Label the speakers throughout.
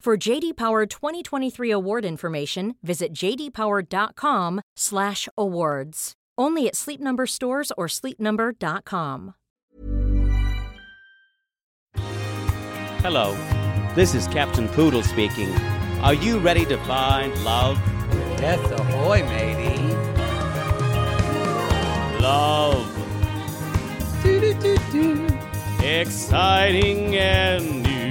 Speaker 1: For JD Power 2023 award information, visit jdpower.com/awards. Only at Sleep Number stores or sleepnumber.com.
Speaker 2: Hello, this is Captain Poodle speaking. Are you ready to find love?
Speaker 3: Death ahoy, matey.
Speaker 2: Love. Exciting and new.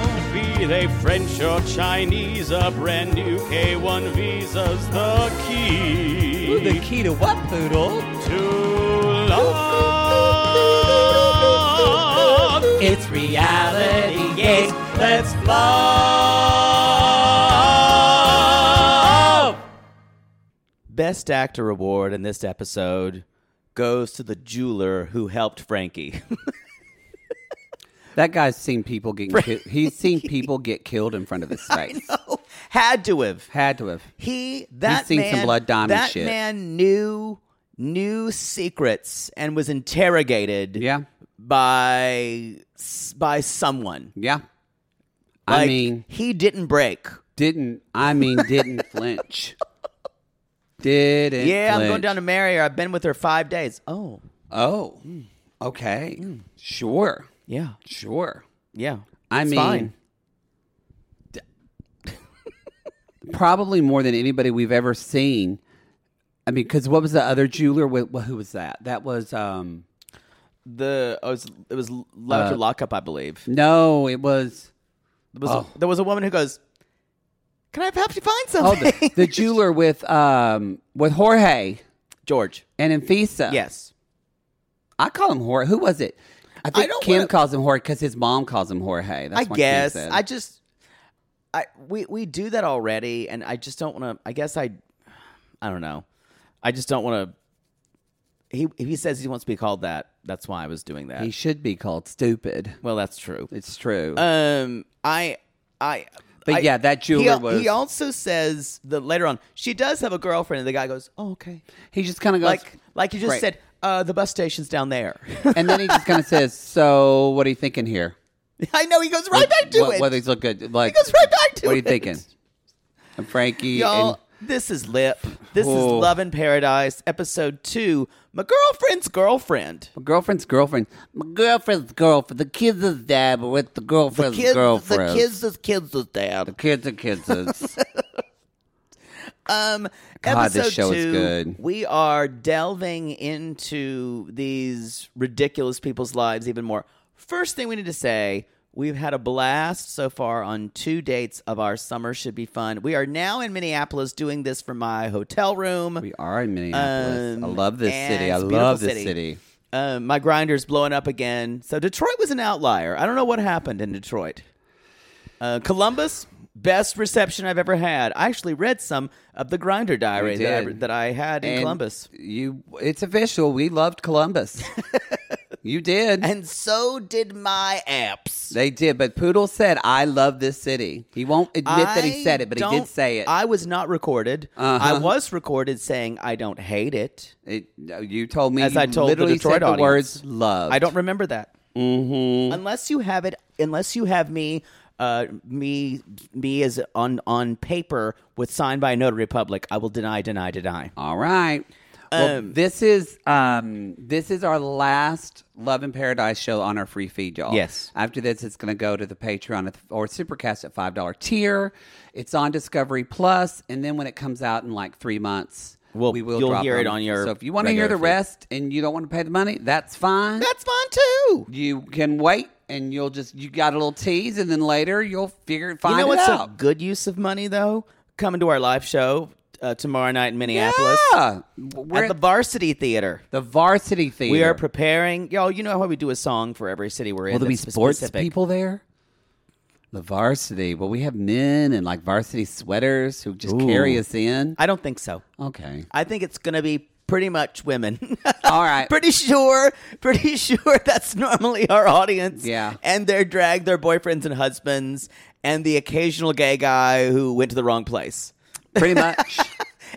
Speaker 2: Be they French or Chinese, a brand new K1 visa's the key.
Speaker 3: Ooh, the key to what, Poodle?
Speaker 2: to love.
Speaker 3: It's reality gates. Let's
Speaker 2: love. Best Actor award in this episode goes to the jeweler who helped Frankie.
Speaker 3: That guy's seen people getting ki- he's seen people get killed in front of his face.
Speaker 2: Had to have.
Speaker 3: Had to have.
Speaker 2: He that
Speaker 3: seen
Speaker 2: man,
Speaker 3: some blood diamond
Speaker 2: that
Speaker 3: shit.
Speaker 2: man knew knew secrets and was interrogated.
Speaker 3: Yeah.
Speaker 2: by by someone.
Speaker 3: Yeah. I
Speaker 2: Like,
Speaker 3: mean,
Speaker 2: he didn't break.
Speaker 3: didn't I mean didn't flinch. Didn't
Speaker 2: Yeah, I'm going
Speaker 3: flinch.
Speaker 2: down to marry her. I've been with her five days. Oh,
Speaker 3: Oh. Okay. Sure.
Speaker 2: yeah,
Speaker 3: Sure.
Speaker 2: yeah.
Speaker 3: I
Speaker 2: It's
Speaker 3: mean
Speaker 2: fine.
Speaker 3: d- probably more than anybody we've ever seen. I mean, because what was the other jeweler? Wh- wh- Who was that? That was um
Speaker 2: the oh, it was it was love
Speaker 3: Uh,
Speaker 2: after lockup, I believe.
Speaker 3: no, it was
Speaker 2: There was,
Speaker 3: oh.
Speaker 2: there was a woman who goes, "Can I help you find
Speaker 3: oh
Speaker 2: something?"
Speaker 3: the, the jeweler with um with Jorge
Speaker 2: George.
Speaker 3: and Infisa.
Speaker 2: Yes,
Speaker 3: I call him Jorge. Who was it? I think
Speaker 2: don't
Speaker 3: Kim
Speaker 2: wanna-
Speaker 3: calls him Jorge because his mom calls him Jorge. That's
Speaker 2: I
Speaker 3: why Kim
Speaker 2: guess
Speaker 3: said.
Speaker 2: I just I we we do that already, and I just don't want to. I guess I I don't know. I just don't want to. He if he says he wants to be called that. That's why I was doing that.
Speaker 3: he should be called stupid.
Speaker 2: well, that's true.
Speaker 3: It's true.
Speaker 2: Um, I, I,
Speaker 3: But
Speaker 2: I-
Speaker 3: yeah, that jeweler
Speaker 2: he, al-
Speaker 3: was-
Speaker 2: He also says that later on, she does have a girlfriend, and the guy goes, "Oh, okay."
Speaker 3: he just kind of goes
Speaker 2: Like, like you just
Speaker 3: Right.
Speaker 2: said, uh, the bus station's down there.
Speaker 3: and then he just kind of says, "So what are you thinking here?
Speaker 2: I know he goes right back to
Speaker 3: what,
Speaker 2: it.
Speaker 3: Whether he's look good, like
Speaker 2: goes right back to
Speaker 3: What are you
Speaker 2: it.
Speaker 3: thinking? And Frankie,
Speaker 2: Y'all,
Speaker 3: and
Speaker 2: this is lip. This
Speaker 3: Oh.
Speaker 2: is Love in Paradise, episode two. My girlfriend's girlfriend.
Speaker 3: my girlfriend's girlfriend, my girlfriend's girlfriend, the kids is dad, but with the girlfriend's
Speaker 2: Kids,
Speaker 3: girlfriend,
Speaker 2: the kids, the kids is down.
Speaker 3: kids are kids. is-
Speaker 2: Um,
Speaker 3: God, this
Speaker 2: episode
Speaker 3: show
Speaker 2: two,
Speaker 3: is good.
Speaker 2: We are delving into these ridiculous people's lives even more. First thing we need to say, we've had a blast so far on two dates of our summer should be fun. We are now in Minneapolis doing this from my hotel room.
Speaker 3: we are in Minneapolis. I
Speaker 2: Um,
Speaker 3: love this
Speaker 2: and
Speaker 3: city. I
Speaker 2: it's a beautiful
Speaker 3: love this city.
Speaker 2: Um, my grinder's blowing up again. So Detroit was an outlier. I don't know what happened in Detroit. Uh, Columbus, best reception I've ever had. I actually read some of the grinder diary
Speaker 3: We
Speaker 2: that I,
Speaker 3: did.
Speaker 2: that I had in
Speaker 3: And
Speaker 2: Columbus.
Speaker 3: You, it's official. We loved Columbus. You did.
Speaker 2: and so did my apps.
Speaker 3: They did, but Poodle said, "I love this city." He won't admit that he
Speaker 2: I
Speaker 3: said it, but he did
Speaker 2: don't-
Speaker 3: say it.
Speaker 2: I was not recorded.
Speaker 3: Uh-huh.
Speaker 2: I was recorded saying I don't hate it.
Speaker 3: It- no, you told me
Speaker 2: As
Speaker 3: you
Speaker 2: I told the
Speaker 3: literally
Speaker 2: Detroit
Speaker 3: said the
Speaker 2: audience.
Speaker 3: words "love."
Speaker 2: I don't remember that. Mm-hmm. Unless you have it, unless you have me, uh, me, me as on on paper with signed by a notary public, I will deny, deny, deny.
Speaker 3: All right. Well, this is um, this is our last Love in Paradise show on our free feed, y'all.
Speaker 2: Yes.
Speaker 3: After this, it's going to go to the Patreon at- or Supercast at five dollar tier. It's on Discovery Plus, and then when it comes out in like three months,
Speaker 2: Well,
Speaker 3: we will
Speaker 2: you'll
Speaker 3: drop
Speaker 2: hear it
Speaker 3: them.
Speaker 2: on your
Speaker 3: So if you want to hear the
Speaker 2: regular feed.
Speaker 3: rest and you don't want to pay the money, that's fine.
Speaker 2: That's fun too.
Speaker 3: you can wait, and you'll just you got a little tease, and then later you'll figure find
Speaker 2: You know what's
Speaker 3: it
Speaker 2: a
Speaker 3: out.
Speaker 2: good use of money though? Coming to our live show uh, tomorrow night in Minneapolis
Speaker 3: Yeah. We're
Speaker 2: at the Varsity Theater.
Speaker 3: the Varsity Theater.
Speaker 2: We are preparing, y'all. You know how we do a song for every city we're in.
Speaker 3: Will there be
Speaker 2: that's
Speaker 3: sports
Speaker 2: specific.
Speaker 3: people there? The varsity. Well, we have men in like varsity sweaters who just carry us in.
Speaker 2: I don't think so.
Speaker 3: Okay.
Speaker 2: I think it's going to be pretty much women.
Speaker 3: All right.
Speaker 2: pretty sure, pretty sure that's normally our audience.
Speaker 3: Yeah.
Speaker 2: And their drag, their boyfriends and husbands, and the occasional gay guy who went to the wrong place.
Speaker 3: Pretty much.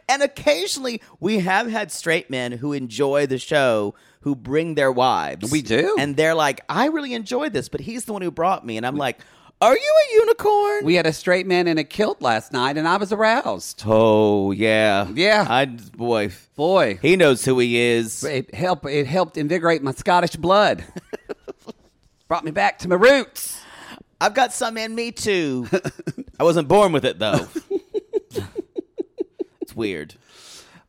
Speaker 2: And occasionally we have had straight men who enjoy the show who bring their wives.
Speaker 3: We do.
Speaker 2: And they're like, I really enjoyed this, but he's the one who brought me. And I'm like, Are you a unicorn?
Speaker 3: we had a straight man in a kilt last night and I was aroused.
Speaker 2: oh, yeah.
Speaker 3: Yeah.
Speaker 2: I, boy,
Speaker 3: Boy.
Speaker 2: he knows who he is.
Speaker 3: It helped it helped invigorate my Scottish blood. Brought me back to my roots.
Speaker 2: I've got some in me too. I wasn't born with it though. it's weird.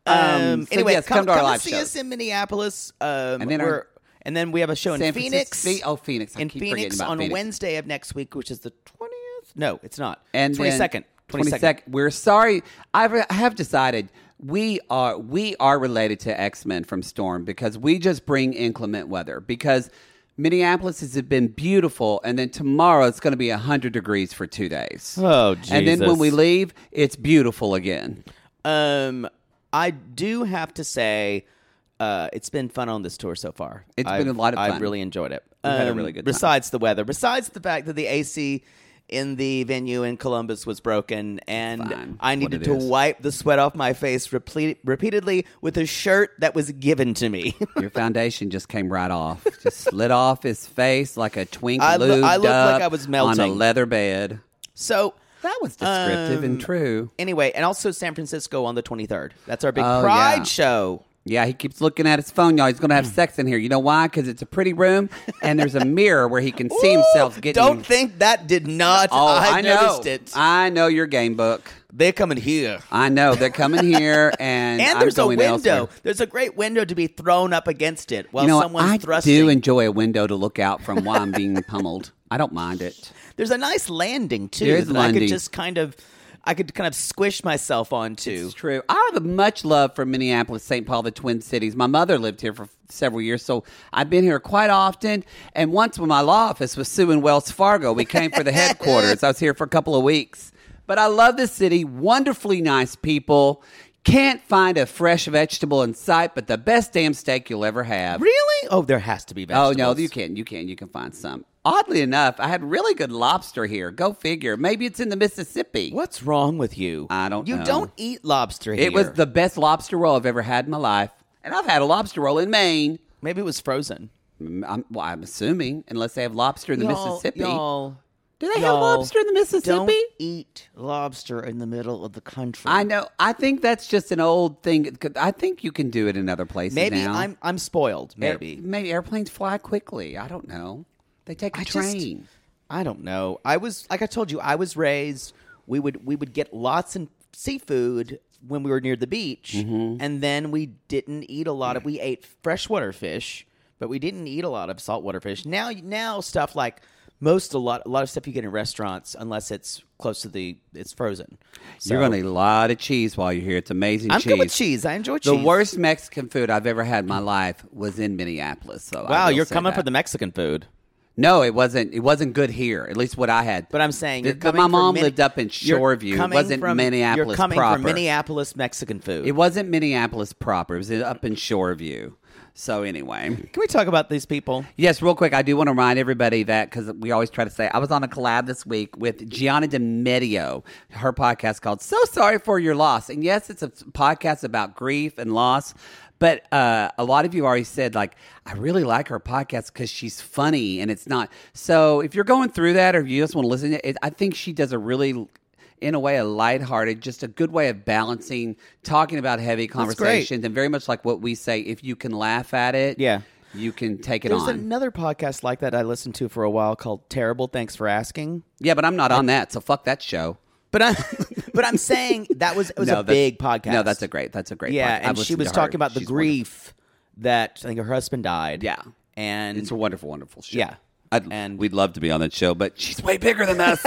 Speaker 2: Um,
Speaker 3: so
Speaker 2: anyway,
Speaker 3: yes,
Speaker 2: come,
Speaker 3: come to our live
Speaker 2: and see
Speaker 3: shows.
Speaker 2: us in Minneapolis. Um,
Speaker 3: And
Speaker 2: and
Speaker 3: then
Speaker 2: then
Speaker 3: our-
Speaker 2: and then we have a show
Speaker 3: San
Speaker 2: in Phoenix.
Speaker 3: Francisco- oh, Phoenix. I
Speaker 2: in
Speaker 3: keep forgetting
Speaker 2: Phoenix
Speaker 3: about
Speaker 2: on
Speaker 3: Phoenix.
Speaker 2: Wednesday of next week, which is the twentieth. No, it's not.
Speaker 3: and
Speaker 2: twenty second.
Speaker 3: Twenty second. We're sorry. I've, I have decided we are we are related to X Men from Storm because we just bring inclement weather because. Minneapolis has been beautiful, and then tomorrow it's going to be 100 degrees for two days.
Speaker 2: Oh,
Speaker 3: And then when
Speaker 2: Jesus.
Speaker 3: we leave, it's beautiful again.
Speaker 2: Um, I do have to say, uh, it's been fun on this tour so far.
Speaker 3: It's
Speaker 2: It's
Speaker 3: been a lot of fun.
Speaker 2: I've really enjoyed it. Um,
Speaker 3: We've had a really good time.
Speaker 2: Besides the weather, besides the fact that the AC in the venue in Columbus was broken, and
Speaker 3: Fine.
Speaker 2: I
Speaker 3: What
Speaker 2: needed
Speaker 3: it
Speaker 2: to
Speaker 3: is.
Speaker 2: wipe the sweat off my face reple- repeatedly with a shirt that was given to me.
Speaker 3: Your foundation just came right off, just slid off his face like a twink.
Speaker 2: I loo- I
Speaker 3: lubed
Speaker 2: looked like
Speaker 3: up
Speaker 2: I was
Speaker 3: on a
Speaker 2: melting.
Speaker 3: leather bed.
Speaker 2: so
Speaker 3: That was descriptive and
Speaker 2: um,
Speaker 3: true.
Speaker 2: Anyway, and also San Francisco on the twenty third. That's our big
Speaker 3: Oh,
Speaker 2: Pride
Speaker 3: yeah.
Speaker 2: show.
Speaker 3: Yeah, he keeps looking at his phone, y'all. He's gonna
Speaker 2: Hmm.
Speaker 3: have sex in here. You know why? Because it's a pretty room, and there's a mirror where he can see himself
Speaker 2: Ooh,
Speaker 3: getting.
Speaker 2: Don't think that did not.
Speaker 3: Oh, I, know.
Speaker 2: noticed it.
Speaker 3: I know your game book.
Speaker 2: They're coming here.
Speaker 3: I know they're coming here, and,
Speaker 2: and
Speaker 3: I'm
Speaker 2: there's a
Speaker 3: going
Speaker 2: window.
Speaker 3: elsewhere.
Speaker 2: There's a great window to be thrown up against it while
Speaker 3: you know,
Speaker 2: someone's
Speaker 3: I
Speaker 2: thrusting.
Speaker 3: do enjoy a window to look out from while I'm being pummeled. I don't mind it.
Speaker 2: there's a nice landing too.
Speaker 3: There is
Speaker 2: that I
Speaker 3: landing.
Speaker 2: could just kind of, I could kind of squish myself onto.
Speaker 3: It's true. I have much love for Minneapolis, St. Paul, the Twin Cities. My mother lived here for several years, so I've been here quite often. And once when my law office was suing Wells Fargo, we came for the headquarters. I was here for a couple of weeks. But I love this city. Wonderfully nice people. Can't find a fresh vegetable in sight, but the best damn steak you'll ever have.
Speaker 2: Really? Oh, there has to be
Speaker 3: Oh
Speaker 2: vegetables.
Speaker 3: no, you can, you can, you can find some. Oddly enough, I had really good lobster here. Go figure. Maybe it's in the Mississippi.
Speaker 2: What's wrong with you?
Speaker 3: I don't
Speaker 2: You
Speaker 3: know.
Speaker 2: don't eat lobster here.
Speaker 3: It was the best lobster roll I've ever had in my life, and I've had a lobster roll in Maine.
Speaker 2: maybe it was frozen.
Speaker 3: Mm, I'm, well, I'm assuming unless they have lobster in the
Speaker 2: Y'all-
Speaker 3: Mississippi.
Speaker 2: y'all-
Speaker 3: Do they have
Speaker 2: y'all
Speaker 3: lobster in the Mississippi?
Speaker 2: Don't eat lobster in the middle of the country.
Speaker 3: I know. I think that's just an old thing. 'cause I think you can do it in other places
Speaker 2: Maybe
Speaker 3: now.
Speaker 2: I'm I'm spoiled.
Speaker 3: Air-
Speaker 2: Maybe
Speaker 3: maybe airplanes fly quickly. I don't know. They take a
Speaker 2: I just-
Speaker 3: train.
Speaker 2: I don't know. I was like I told you, I was raised. We would we would get lots of seafood when we were near the beach,
Speaker 3: Mm-hmm.
Speaker 2: and then we didn't eat a lot of. We ate freshwater fish, but we didn't eat a lot of saltwater fish. Now now stuff like most a lot a lot of stuff you get in restaurants unless it's close to the it's frozen.
Speaker 3: You're
Speaker 2: So,
Speaker 3: gonna eat a lot of cheese while you're here. It's amazing.
Speaker 2: I'm
Speaker 3: cheese.
Speaker 2: good with cheese. I enjoy cheese.
Speaker 3: The worst Mexican food I've ever had in my life was in Minneapolis. So I
Speaker 2: Wow,
Speaker 3: will
Speaker 2: you're
Speaker 3: say
Speaker 2: coming
Speaker 3: that.
Speaker 2: for the Mexican food.
Speaker 3: No, it wasn't. It wasn't good here. At least what I had.
Speaker 2: But I'm saying,
Speaker 3: The-
Speaker 2: you're
Speaker 3: but
Speaker 2: coming
Speaker 3: my
Speaker 2: from
Speaker 3: mom
Speaker 2: Minne-
Speaker 3: lived up in
Speaker 2: you're
Speaker 3: Shoreview. It
Speaker 2: coming
Speaker 3: wasn't
Speaker 2: from, You're
Speaker 3: Minneapolis
Speaker 2: coming
Speaker 3: proper.
Speaker 2: from Minneapolis Mexican food.
Speaker 3: it wasn't Minneapolis proper. It was up in Shoreview. So anyway,
Speaker 2: Can we talk about these people?
Speaker 3: yes, real quick, I do want to remind everybody that because we always try to say I was on a collab this week with Gianna DeMedio, her podcast called "So Sorry for Your Loss," and yes, it's a podcast about grief and loss. But uh, a lot of you already said like I really like her podcast because she's funny and it's not. So if you're going through that or if you just want to listen, to it, I think she does a really in a way a lighthearted, just a good way of balancing talking about heavy conversations and very much like what we say, if you can laugh at it,
Speaker 2: Yeah.
Speaker 3: you can take it
Speaker 2: There's
Speaker 3: on.
Speaker 2: another podcast like that I listened to for a while called Terrible Thanks for Asking.
Speaker 3: yeah, but I'm not on that, so fuck that show.
Speaker 2: But I'm but I'm saying that was it was
Speaker 3: No,
Speaker 2: a
Speaker 3: that's-
Speaker 2: big podcast.
Speaker 3: No, that's a great, that's a great.
Speaker 2: yeah,
Speaker 3: podcast. I've
Speaker 2: and she
Speaker 3: listened
Speaker 2: was
Speaker 3: to her.
Speaker 2: talking about the
Speaker 3: She's
Speaker 2: grief that I think her husband died.
Speaker 3: Yeah.
Speaker 2: and
Speaker 3: wonderful. It's a wonderful, wonderful show.
Speaker 2: Yeah.
Speaker 3: I'd,
Speaker 2: And-
Speaker 3: we'd love to be on that show, but she's way bigger than us.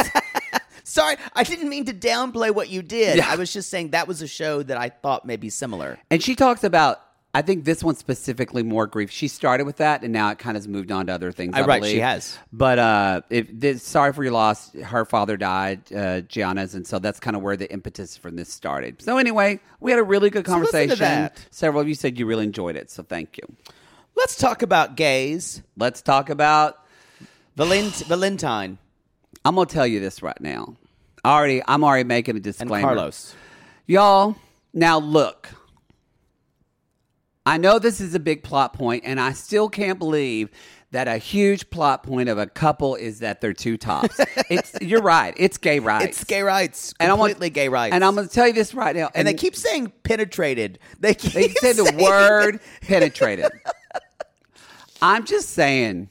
Speaker 2: sorry, I didn't mean to downplay what you did.
Speaker 3: Yeah.
Speaker 2: I was just saying that was a show that I thought may be similar.
Speaker 3: And she talks about, I think this one specifically more grief. She started with that, and now it kind of has moved on to other things.
Speaker 2: Uh,
Speaker 3: I
Speaker 2: right,
Speaker 3: believe.
Speaker 2: she has.
Speaker 3: But uh, if this, sorry for your loss. Her father died, uh, Gianna's, and so that's kind of where the impetus from this started. So anyway, we had a really good
Speaker 2: listen to
Speaker 3: conversation.
Speaker 2: that.
Speaker 3: Several of you said you really enjoyed it, so thank you.
Speaker 2: Let's talk about gays.
Speaker 3: Let's talk about.
Speaker 2: Valent- Valentine
Speaker 3: I'm gonna tell you this right now. Already, I'm already making a
Speaker 2: and
Speaker 3: disclaimer.
Speaker 2: Carlos.
Speaker 3: Y'all, now look. I know this is a big plot point, and I still can't believe that a huge plot point of a couple is that they're two tops. it's you're right. It's gay rights.
Speaker 2: It's gay rights.
Speaker 3: And I'm gonna-
Speaker 2: Completely gay rights.
Speaker 3: And I'm going to tell you this right now.
Speaker 2: and, they keep saying penetrated. They keep
Speaker 3: they said the
Speaker 2: saying-
Speaker 3: word penetrated. I'm just saying,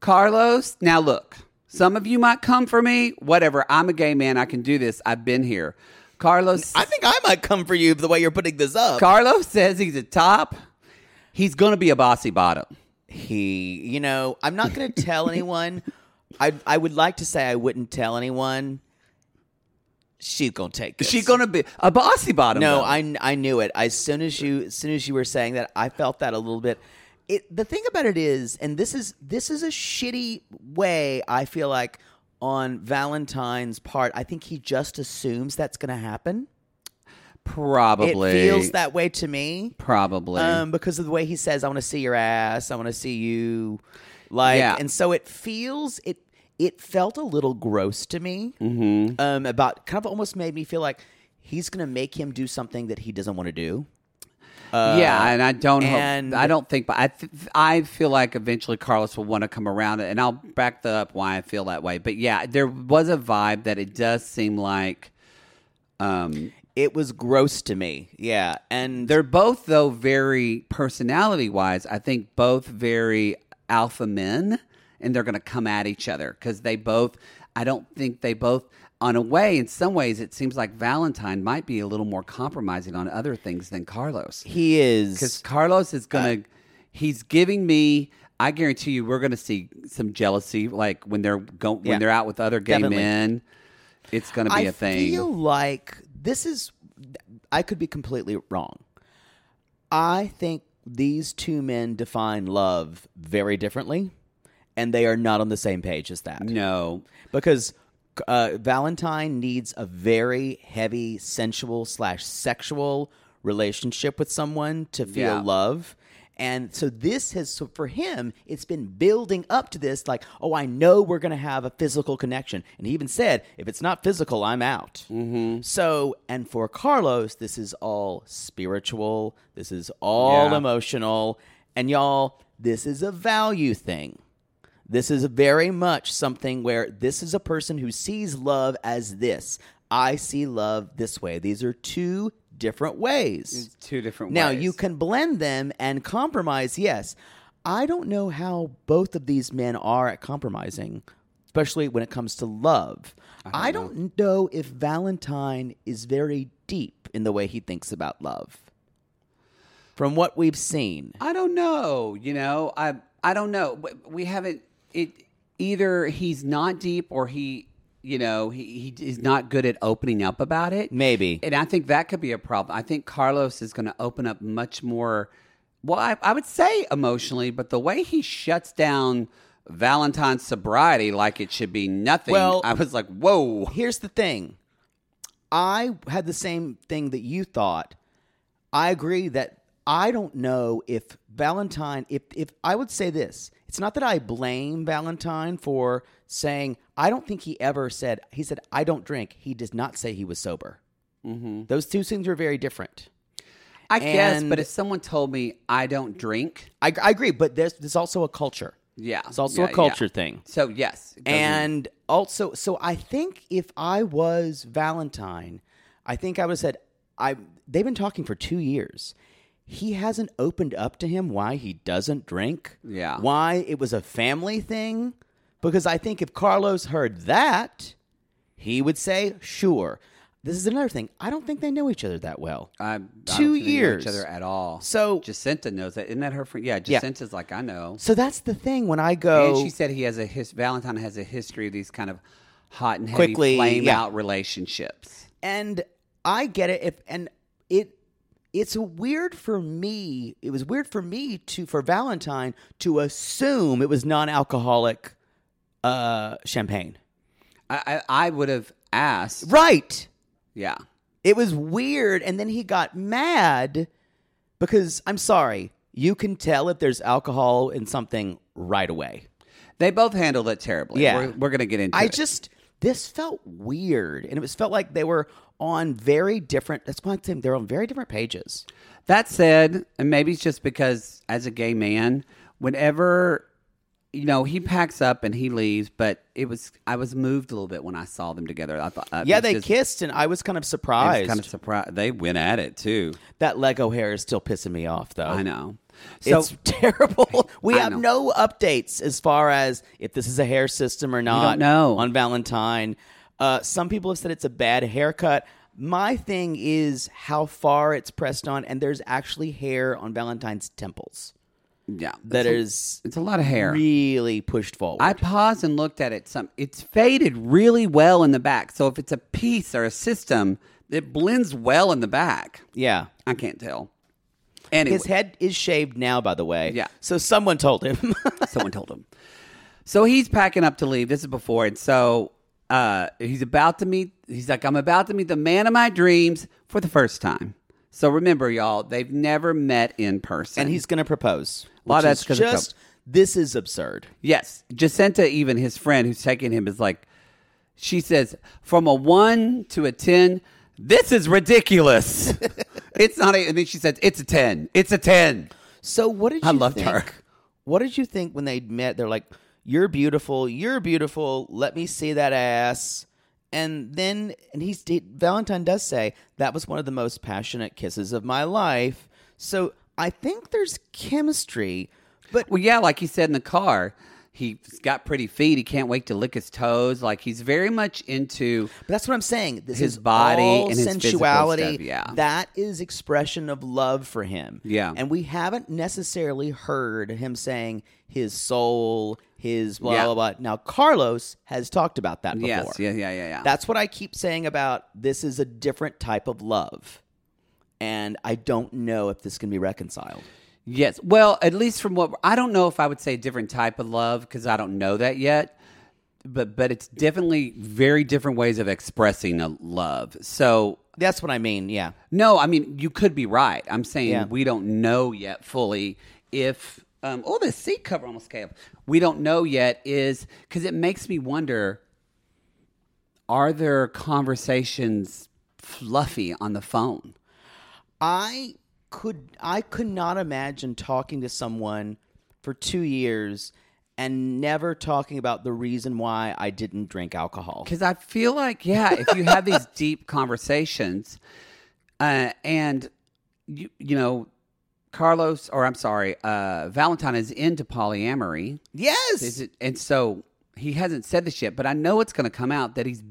Speaker 3: Carlos. Now look, some of you might come for me. Whatever. I'm a gay man. I can do this. I've been here. Carlos.
Speaker 2: I think I might come for you the way you're putting this up.
Speaker 3: Carlos says he's a top. He's going to be a bossy bottom.
Speaker 2: he, you know, I'm not going to tell anyone. I I would like to say I wouldn't tell anyone. She's gonna take. This.
Speaker 3: She's going to be a bossy bottom.
Speaker 2: No,
Speaker 3: though.
Speaker 2: I I knew it. As soon as you as soon as you were saying that, I felt that a little bit. It the thing about it is, and this is this is a shitty way. I feel like on Valentine's part, I think he just assumes that's going to happen.
Speaker 3: probably
Speaker 2: It feels that way to me.
Speaker 3: probably.
Speaker 2: Um, because of the way he says, "I want to see your ass. I want to see you," like,
Speaker 3: Yeah.
Speaker 2: and so it feels it. It felt a little gross to me. Mm-hmm. Um, about kind of almost made me feel like he's going to make him do something that he doesn't want to do. Uh,
Speaker 3: yeah, and I don't.
Speaker 2: and-
Speaker 3: hope, I don't think. But I, th- I feel like eventually Carlos will want to come around, and I'll back the up why I feel that way. But yeah, there was a vibe that it does seem like. Um,
Speaker 2: It was gross to me. Yeah, and
Speaker 3: they're both though very personality wise. I think both very alpha men, and they're going to come at each other because they both. I don't think they both. On a way, in some ways, it seems like Valentine might be a little more compromising on other things than Carlos.
Speaker 2: he
Speaker 3: Because
Speaker 2: is.
Speaker 3: Carlos is gonna,
Speaker 2: Uh,
Speaker 3: he's giving me. I guarantee you, we're gonna see some jealousy, like when they're go, when
Speaker 2: Yeah.
Speaker 3: they're out with other gay
Speaker 2: Definitely.
Speaker 3: men. It's gonna be
Speaker 2: I
Speaker 3: a thing.
Speaker 2: feel like this is. I could be completely wrong. I think these two men define love very differently, and they are not on the same page as that.
Speaker 3: no,
Speaker 2: because uh, Valentine needs a very heavy sensual slash sexual relationship with someone to feel
Speaker 3: Yeah.
Speaker 2: love. And so this has so for him, it's been building up to this, like, oh, I know we're gonna have a physical connection, and he even said, if it's not physical, I'm out. Mm-hmm. So, and for Carlos, this is all spiritual, this is all
Speaker 3: Yeah.
Speaker 2: emotional, and y'all, this is a value thing. This is very much something where this is a person who sees love as this. I see love this way. These are two different ways.
Speaker 3: two different.
Speaker 2: Now
Speaker 3: ways.
Speaker 2: you can blend them and compromise, yes. I don't know how both of these men are at compromising, especially when it comes to love. I don't, know. if Valentine is very deep in the way he thinks about love. From what we've seen.
Speaker 3: I don't know. You know, I I don't know. W- We haven't. It either he's not deep or he. You know, he, he is not good at opening up about it.
Speaker 2: Maybe.
Speaker 3: And I think that could be a problem. I think Carlos is going to open up much more well, I, I would say emotionally, but the way he shuts down Valentine's sobriety like it should be nothing,
Speaker 2: Well-
Speaker 3: I was like, whoa.
Speaker 2: Here's the thing. I had the same thing that you thought. I agree that I don't know if Valentine if if I would say this. It's not that I blame Valentine for saying I don't think he ever said he said I don't drink. He does not say he was sober.
Speaker 3: Mm-hmm.
Speaker 2: Those two things are very different.
Speaker 3: I guess,
Speaker 2: And-
Speaker 3: but if someone told me I don't drink,
Speaker 2: I, I agree, but there's there's also a culture.
Speaker 3: yeah,
Speaker 2: It's also
Speaker 3: Yeah,
Speaker 2: a
Speaker 3: yeah.
Speaker 2: culture thing.
Speaker 3: So yes, it goes in-
Speaker 2: And also, so I think if I was Valentine, I think I would have said, I they've been talking for two years. He hasn't opened up to him why he doesn't drink.
Speaker 3: Yeah.
Speaker 2: Why it was a family thing. Because I think if Carlos heard that, he would say, sure. This is another thing. I don't think they know each other that well.
Speaker 3: I, I don't
Speaker 2: Two
Speaker 3: think they know
Speaker 2: years.
Speaker 3: each other at all.
Speaker 2: So-
Speaker 3: Jacinta knows that, isn't that her friend? Yeah,
Speaker 2: Yeah.
Speaker 3: Jacinta's like I know,
Speaker 2: So that's the thing when I go.
Speaker 3: and she said he has a his Valentine has a history of these kind of hot and heavy
Speaker 2: Quickly,
Speaker 3: flame
Speaker 2: yeah.
Speaker 3: out relationships.
Speaker 2: and I get it. If and it, it's weird for me. It was weird for me to for Valentine to assume it was non-alcoholic uh, champagne.
Speaker 3: I I, I would have asked,
Speaker 2: Right.
Speaker 3: yeah,
Speaker 2: It was weird, and then he got mad because I'm sorry. You can tell if there's alcohol in something right away.
Speaker 3: They both handled it terribly.
Speaker 2: Yeah.
Speaker 3: We're, we're going to get into
Speaker 2: I
Speaker 3: it.
Speaker 2: just this felt weird, and it was felt like they were on very different. That's why I'm saying they're on very different pages.
Speaker 3: That said, and maybe it's just because as a gay man, whenever you know he packs up and he leaves, but it was I was moved a little bit when I saw them together. I thought, uh,
Speaker 2: Yeah,
Speaker 3: it's
Speaker 2: they
Speaker 3: just-
Speaker 2: kissed, and I was kind of
Speaker 3: I
Speaker 2: surprised.
Speaker 3: was kind of surprised. They went at it too.
Speaker 2: That Lego hair is still pissing me off, though.
Speaker 3: I know. So
Speaker 2: It's terrible. We
Speaker 3: I
Speaker 2: have
Speaker 3: know.
Speaker 2: no updates as far as if this is a hair system or not.
Speaker 3: know.
Speaker 2: On Valentine. Uh, some people have said it's a bad haircut. My thing is how far it's pressed on, and there's actually hair on Valentine's temples
Speaker 3: yeah,
Speaker 2: that
Speaker 3: it's
Speaker 2: is
Speaker 3: a, it's a lot of hair.
Speaker 2: really pushed forward.
Speaker 3: I paused and looked at it. Some it's faded really well in the back. So if it's a piece or a system, it blends well in the back.
Speaker 2: yeah.
Speaker 3: I can't tell. Anyway,
Speaker 2: His head is shaved now, by the way.
Speaker 3: Yeah.
Speaker 2: So someone told him.
Speaker 3: Someone told him. So he's packing up to leave. This is before, and so uh, he's about to meet. He's like, I'm about to meet the man of my dreams for the first time. So remember, y'all, they've never met in person.
Speaker 2: and he's going to propose.
Speaker 3: A lot
Speaker 2: which
Speaker 3: of that's
Speaker 2: is
Speaker 3: 'cause of
Speaker 2: just, this is absurd.
Speaker 3: yes, Jacinta, even his friend who's taking him, is like, she says, from a one to a ten, this is ridiculous. it's not. A, and then she says, it's a ten. It's a ten.
Speaker 2: So what did you
Speaker 3: I loved
Speaker 2: think?
Speaker 3: her.
Speaker 2: What did you think when they met? They're like, "You're beautiful. You're beautiful. Let me see that ass." And then, and he's he, Valentine does say that was one of the most passionate kisses of my life. So I think there's chemistry, but
Speaker 3: Well, yeah, like he said in the car, he's got pretty feet. He can't wait to lick his toes. Like he's very much into.
Speaker 2: But that's what I'm saying. This
Speaker 3: His
Speaker 2: is
Speaker 3: body
Speaker 2: all
Speaker 3: and his physical
Speaker 2: sensuality.
Speaker 3: stuff, yeah.
Speaker 2: that is expression of love for him.
Speaker 3: Yeah.
Speaker 2: and we haven't necessarily heard him saying his soul, his blah
Speaker 3: Yeah.
Speaker 2: blah blah. Now Carlos has talked about that before.
Speaker 3: Yes, yeah, yeah, yeah, yeah.
Speaker 2: That's what I keep saying about this is a different type of love, and I don't know if this can be reconciled.
Speaker 3: yes. Well, at least from what I don't know if I would say different type of love because I don't know that yet. But but it's definitely very different ways of expressing a love. So
Speaker 2: That's what I mean. Yeah,
Speaker 3: no, I mean you could be right. I'm saying
Speaker 2: Yeah.
Speaker 3: we don't know yet fully if. Um, oh, this seat cover almost came. up. We don't know yet is because it makes me wonder are their conversations fluffy on the phone?
Speaker 2: I could I could not imagine talking to someone for 2 years and never talking about the reason why I didn't drink alcohol.
Speaker 3: Because I feel like, yeah, if you have these deep conversations, uh, and you, you know, Carlos, or I'm sorry, uh, Valentine is into polyamory,
Speaker 2: Yes.
Speaker 3: is it? And so he hasn't said this yet, but I know it's going to come out that he's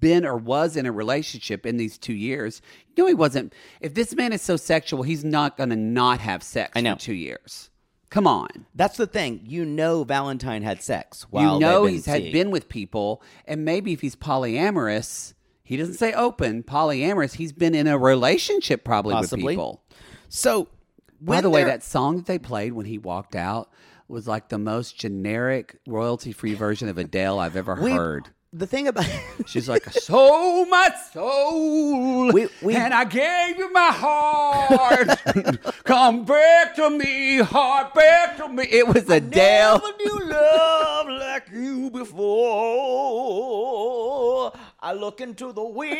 Speaker 3: been or was in a relationship in these two years. You know, he wasn't. If this man is so sexual, he's not going to not have sex
Speaker 2: I know.
Speaker 3: for two years. Come on.
Speaker 2: That's the thing. You know Valentine had sex while
Speaker 3: you know
Speaker 2: they've been
Speaker 3: he's had
Speaker 2: seeing.
Speaker 3: been with people, and maybe if he's polyamorous, he doesn't say open polyamorous. He's been in a relationship probably
Speaker 2: Possibly.
Speaker 3: with people.
Speaker 2: So
Speaker 3: By
Speaker 2: When
Speaker 3: the way,
Speaker 2: they're-
Speaker 3: that song that they played when he walked out was like the most generic royalty free version of Adele I've ever
Speaker 2: We-
Speaker 3: heard.
Speaker 2: The thing about
Speaker 3: She's like, so my soul,
Speaker 2: We- we-
Speaker 3: and I gave you my heart. Come back to me, heart, back to me. It was Adele.
Speaker 2: Never knew love like you before. I look into the wind,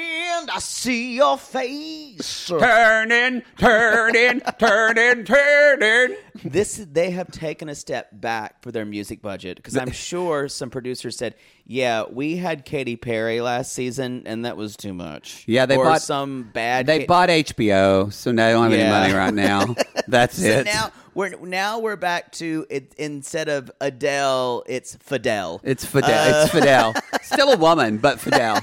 Speaker 2: I see your face.
Speaker 3: Turning, turning, turning, turning.
Speaker 2: this they have taken a step back for their music budget because I'm sure some producers said, "Yeah, we had Katy Perry last season, and that was too much."
Speaker 3: Yeah, they
Speaker 2: or
Speaker 3: bought-
Speaker 2: some bad.
Speaker 3: They
Speaker 2: Ka-
Speaker 3: bought HBO, so they don't have any
Speaker 2: Yeah.
Speaker 3: money right now. That's
Speaker 2: So
Speaker 3: it.
Speaker 2: now we're now we're back to it, instead of Adele, it's Fidel.
Speaker 3: it's Fidel. it's
Speaker 2: Uh.
Speaker 3: Fidel. Still a woman, but Fidel.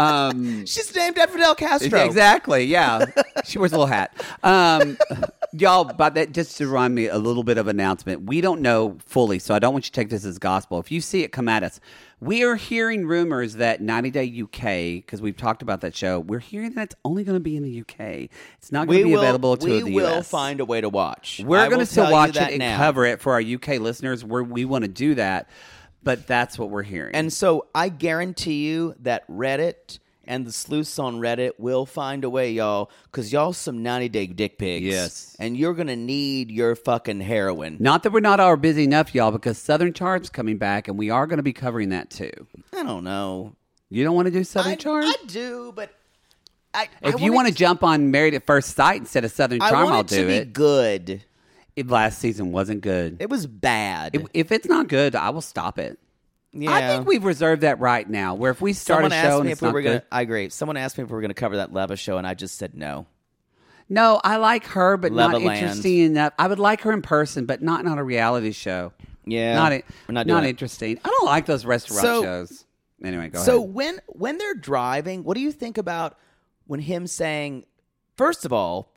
Speaker 3: Um,
Speaker 2: She's named after Fidel Castro.
Speaker 3: Exactly. Yeah, she wears a little hat. Um, y'all, but that just to remind me a little bit of announcement. We don't know fully, so I don't want you to take this as gospel. If you see it, come at us. We are hearing rumors that 90 Day UK, because we've talked about that show, we're hearing that it's only going to be in the UK. It's not
Speaker 2: We
Speaker 3: going to be
Speaker 2: will,
Speaker 3: available to
Speaker 2: we
Speaker 3: the
Speaker 2: will
Speaker 3: US.
Speaker 2: find a way to watch. I
Speaker 3: We're
Speaker 2: will
Speaker 3: going to
Speaker 2: tell
Speaker 3: still
Speaker 2: you
Speaker 3: watch it
Speaker 2: that
Speaker 3: and
Speaker 2: now.
Speaker 3: cover it for our UK listeners. Where we want to do that, but that's what we're hearing.
Speaker 2: And so I guarantee you that Reddit and the sleuths on Reddit will find a way, y'all, because y'all some 90 day dick pics.
Speaker 3: Yes.
Speaker 2: And you're going to need your fucking heroin.
Speaker 3: not that we're not all busy enough, y'all, because Southern Charm's coming back, and we are going to be covering that too.
Speaker 2: I don't know.
Speaker 3: You don't want to do Southern
Speaker 2: I,
Speaker 3: Charm?
Speaker 2: I do, but I,
Speaker 3: if you want to jump on Married at First Sight instead of Southern
Speaker 2: I
Speaker 3: Charm,
Speaker 2: want
Speaker 3: I'll
Speaker 2: it to
Speaker 3: do
Speaker 2: be
Speaker 3: it.
Speaker 2: good.
Speaker 3: It Last season wasn't good.
Speaker 2: It was bad.
Speaker 3: If- if it's not good, I will stop it.
Speaker 2: yeah.
Speaker 3: I think we've reserved that right now. Where if we start
Speaker 2: Someone
Speaker 3: a show
Speaker 2: asked
Speaker 3: and
Speaker 2: me
Speaker 3: it's
Speaker 2: if we
Speaker 3: not
Speaker 2: were
Speaker 3: good,
Speaker 2: going to. I agree. Someone asked me if we were going to cover that Leva show, and I just said no.
Speaker 3: no, I like her, but not
Speaker 2: Leveland.
Speaker 3: interesting enough. I would like her in person, but not on a reality show.
Speaker 2: Yeah.
Speaker 3: not it.
Speaker 2: We're
Speaker 3: Not,
Speaker 2: not doing it.
Speaker 3: interesting. I don't like those restaurant
Speaker 2: So-
Speaker 3: shows. Anyway, go
Speaker 2: So
Speaker 3: ahead.
Speaker 2: when when they're driving, what do you think about when him saying, first of all,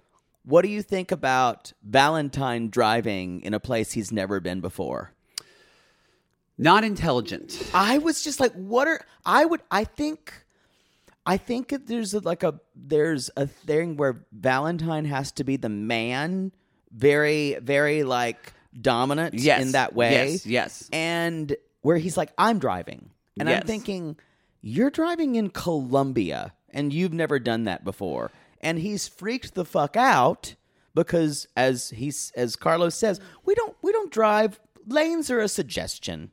Speaker 2: what do you think about Valentine driving in a place he's never been before?
Speaker 3: Not intelligent.
Speaker 2: I was just like, what are I would I think I think that there's like a there's a thing where Valentine has to be the man, very very like dominant
Speaker 3: Yes.
Speaker 2: in that way.
Speaker 3: Yes. Yes.
Speaker 2: and where he's like, I'm driving. And
Speaker 3: Yes.
Speaker 2: I'm thinking, you're driving in Colombia and you've never done that before. And he's freaked the fuck out because as he's as Carlos says, we don't we don't drive lanes are a suggestion.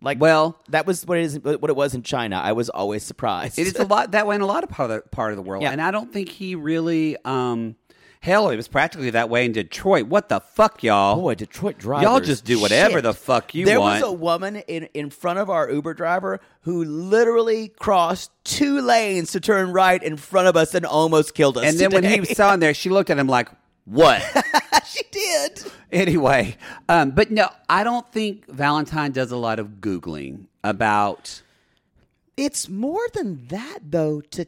Speaker 2: Like
Speaker 3: Well-
Speaker 2: that was what it is what it was in China. I was always surprised.
Speaker 3: It is a lot that way in a lot of part of the, part of the world,
Speaker 2: Yeah.
Speaker 3: and I don't think he really. um Hell, it was practically that way in Detroit. What the fuck, y'all?
Speaker 2: Boy, Oh, Detroit drivers.
Speaker 3: Y'all just do whatever
Speaker 2: shit.
Speaker 3: the fuck you
Speaker 2: there
Speaker 3: want.
Speaker 2: was a woman in, in front of our Uber driver who literally crossed two lanes to turn right in front of us and almost killed us.
Speaker 3: and then when
Speaker 2: today.
Speaker 3: he saw in there, she looked at him like, "What?"
Speaker 2: she did.
Speaker 3: anyway, um, but no, I don't think Valentine does a lot of googling about.
Speaker 2: It's more than that though to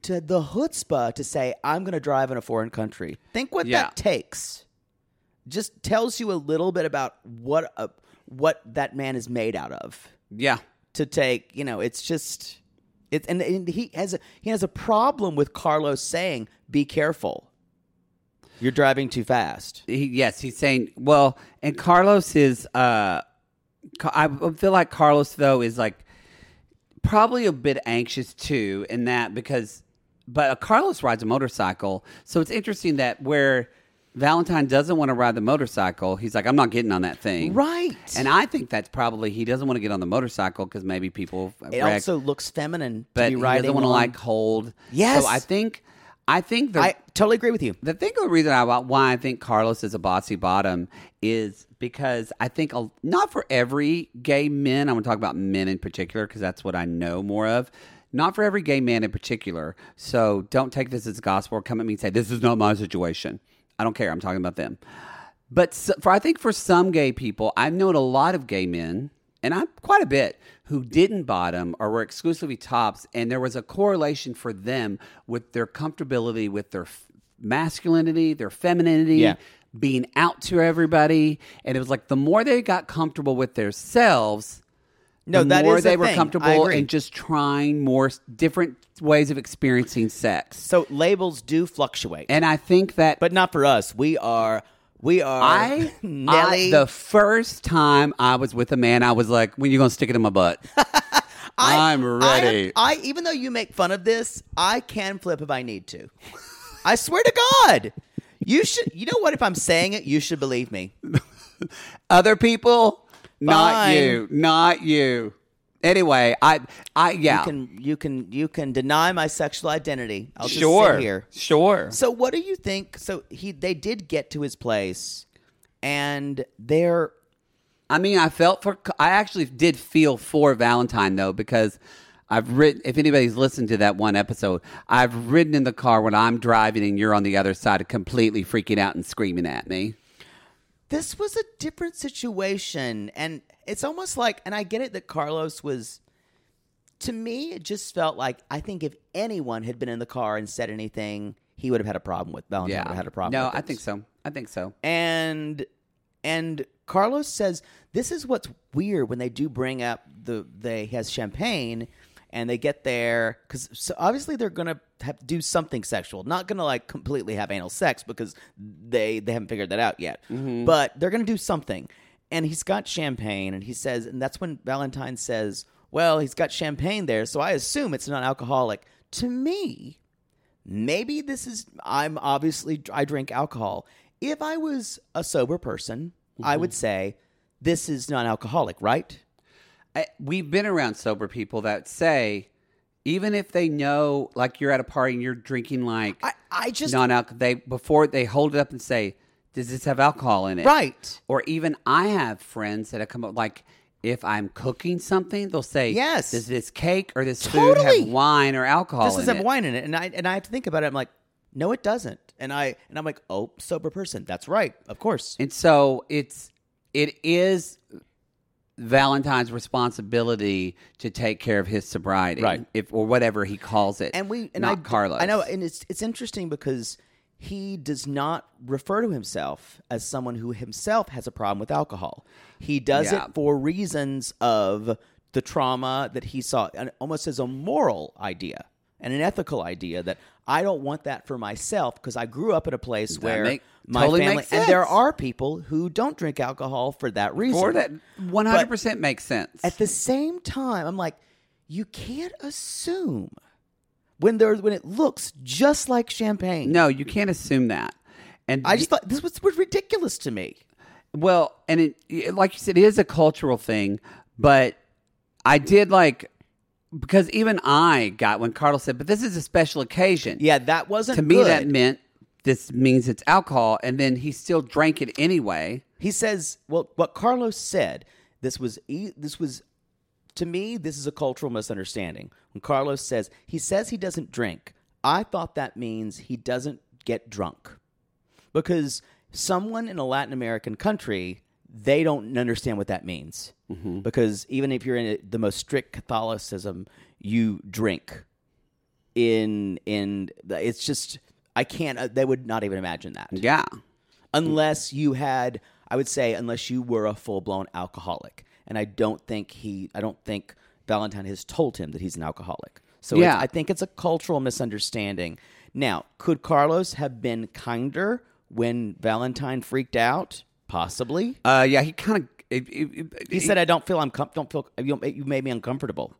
Speaker 2: to the chutzpah to say I'm going to drive in a foreign country. Think what
Speaker 3: Yeah.
Speaker 2: that takes. Just tells you a little bit about what a, what that man is made out of.
Speaker 3: Yeah,
Speaker 2: to take. You know, it's just it, and, and he has a, he has a problem with Carlos saying, "Be careful, you're driving too fast."
Speaker 3: he, yes, he's saying, well, and Carlos is, uh, Ca- I feel like Carlos though is like probably a bit anxious too in that because, but uh, Carlos rides a motorcycle, so it's interesting that where Valentine doesn't want to ride the motorcycle, he's like, I'm not getting on that thing,
Speaker 2: Right.
Speaker 3: And I think that's probably he doesn't want to get on the motorcycle because maybe people
Speaker 2: It
Speaker 3: wreck,
Speaker 2: also looks feminine
Speaker 3: but
Speaker 2: to be
Speaker 3: he
Speaker 2: riding.
Speaker 3: doesn't want to
Speaker 2: on-
Speaker 3: like hold.
Speaker 2: Yes.
Speaker 3: so I think, I think the
Speaker 2: I totally agree with you.
Speaker 3: the thing, the reason I, why I think Carlos is a bossy bottom is because I think a, not for every gay men. I'm going to talk about men in particular because that's what I know more of. Not for every gay man in particular. So don't take this as gospel or come at me and say this is not my situation. I don't care. I'm talking about them. But so, for I think for some gay people, I've known a lot of gay men, and I quite a bit who didn't bottom or were exclusively tops, and there was a correlation for them with their comfortability with their f- masculinity, their femininity,
Speaker 2: Yeah.
Speaker 3: being out to everybody, and it was like the more they got comfortable with themselves.
Speaker 2: No,
Speaker 3: the
Speaker 2: that
Speaker 3: more
Speaker 2: is
Speaker 3: they
Speaker 2: a
Speaker 3: were
Speaker 2: thing. I
Speaker 3: comfortable
Speaker 2: agree.
Speaker 3: and just trying more s- different ways of experiencing sex.
Speaker 2: So labels do fluctuate,
Speaker 3: And I think that
Speaker 2: but not for us. We are We are
Speaker 3: I, I
Speaker 2: Nelly.
Speaker 3: the first time I was with a man, I was like, "When you gonna stick it in my butt?" I'm ready.
Speaker 2: I, am- I- even though you make fun of this, I can flip if I need to. I swear to God, you should. You know what? If I'm saying it, you should believe me.
Speaker 3: Other people, not
Speaker 2: Fine.
Speaker 3: you, not you. Anyway, I, I yeah,
Speaker 2: You can you can you can deny my sexual identity. I'll just
Speaker 3: sure,
Speaker 2: sit here.
Speaker 3: sure.
Speaker 2: So what do you think? So he they did get to his place, and they're
Speaker 3: I mean, I felt for. I actually did feel for Valentine though because I've written. If anybody's listened to that one episode, I've ridden in the car when I'm driving and you're on the other side, completely freaking out and screaming at me.
Speaker 2: this was a different situation and it's almost like and i get it that carlos was to me it just felt like i think if anyone had been in the car and said anything he would have had a problem with valentine would
Speaker 3: Yeah,
Speaker 2: have had a problem
Speaker 3: No,
Speaker 2: with
Speaker 3: I
Speaker 2: it.
Speaker 3: think so. I think so.
Speaker 2: and and carlos says this is what's weird when they do bring up the they has champagne and they get there because so obviously they're gonna have do something sexual not gonna like completely have anal sex because they they haven't figured that out yet but they're gonna do something and he's got champagne and he says and that's when valentine says well he's got champagne there so i assume it's non-alcoholic to me maybe this is I'm obviously I drink alcohol. If I was a sober person, I would say this is non-alcoholic, right?
Speaker 3: I, we've been around sober people that say, even if they know, like you're at a party and you're drinking like
Speaker 2: I I just
Speaker 3: non-alcohol, they before they hold it up and say, "Does this have alcohol in it?"
Speaker 2: right.
Speaker 3: Or even I have friends that have come up like. If I'm cooking something, they'll say,
Speaker 2: Yes.
Speaker 3: does this cake or this food
Speaker 2: Totally.
Speaker 3: have wine or alcohol
Speaker 2: This
Speaker 3: in
Speaker 2: doesn't
Speaker 3: it?"
Speaker 2: have wine in it, and I and I have to think about it. I'm like, no, it doesn't. And I and I'm like, oh, sober person. That's right, of course.
Speaker 3: And so it's it is Valentine's responsibility to take care of his sobriety,
Speaker 2: Right.
Speaker 3: If or whatever he calls it,
Speaker 2: and we and
Speaker 3: not
Speaker 2: I,
Speaker 3: Carlos.
Speaker 2: I know, and it's it's interesting because he does not refer to himself as someone who himself has a problem with alcohol. He does
Speaker 3: Yeah.
Speaker 2: it for reasons of the trauma that he saw, and almost as a moral idea and an ethical idea that I don't want that for myself because I grew up in a place where
Speaker 3: make-
Speaker 2: my
Speaker 3: totally
Speaker 2: family
Speaker 3: makes
Speaker 2: and there
Speaker 3: sense.
Speaker 2: are people who don't drink alcohol for that reason.
Speaker 3: For that, one hundred percent makes sense.
Speaker 2: At the same time, I'm like, you can't assume when there when it looks just like champagne.
Speaker 3: no, you can't assume that. And
Speaker 2: I just thought this was, was ridiculous to me.
Speaker 3: Well, and it, it- like you said, it is a cultural thing, but I did like because even I got when Carlos said, "But this is a special occasion."
Speaker 2: Yeah, that wasn't
Speaker 3: to me
Speaker 2: good.
Speaker 3: that meant this means it's alcohol, and then he still drank it anyway.
Speaker 2: He says, "Well, what Carlos said. This was e- this was to me. This is a cultural misunderstanding." When Carlos says he says he doesn't drink, I thought that means he doesn't get drunk, because someone in a Latin American country they don't understand what that means. Because even if you're in a, the most strict Catholicism, you drink. In in the- it's just I can't. Uh, they would not even imagine that
Speaker 3: Yeah,
Speaker 2: unless you had i would say unless you were a full-blown alcoholic and i don't think he i don't think valentine has told him that he's an alcoholic so it's-
Speaker 3: Yeah.
Speaker 2: i think it's a cultural misunderstanding now could carlos have been kinder when valentine freaked out possibly
Speaker 3: uh, yeah, he kind of. It, it, it-
Speaker 2: he said i don't feel i'm com- don't feel you don't- you made me uncomfortable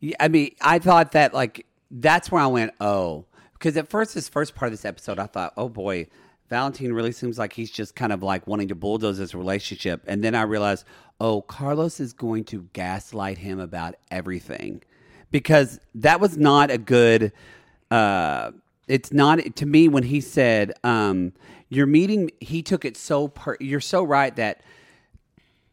Speaker 3: Yeah, I mean, I thought that like that's where I went, oh, because at first, this first part of this episode, I thought, oh boy, Valentine really seems like he's just kind of like wanting to bulldoze this relationship, and then I realized, oh, Carlos is going to gaslight him about everything because that was not a good. uh it's not to me when he said um your meeting he took it so per- you're so right that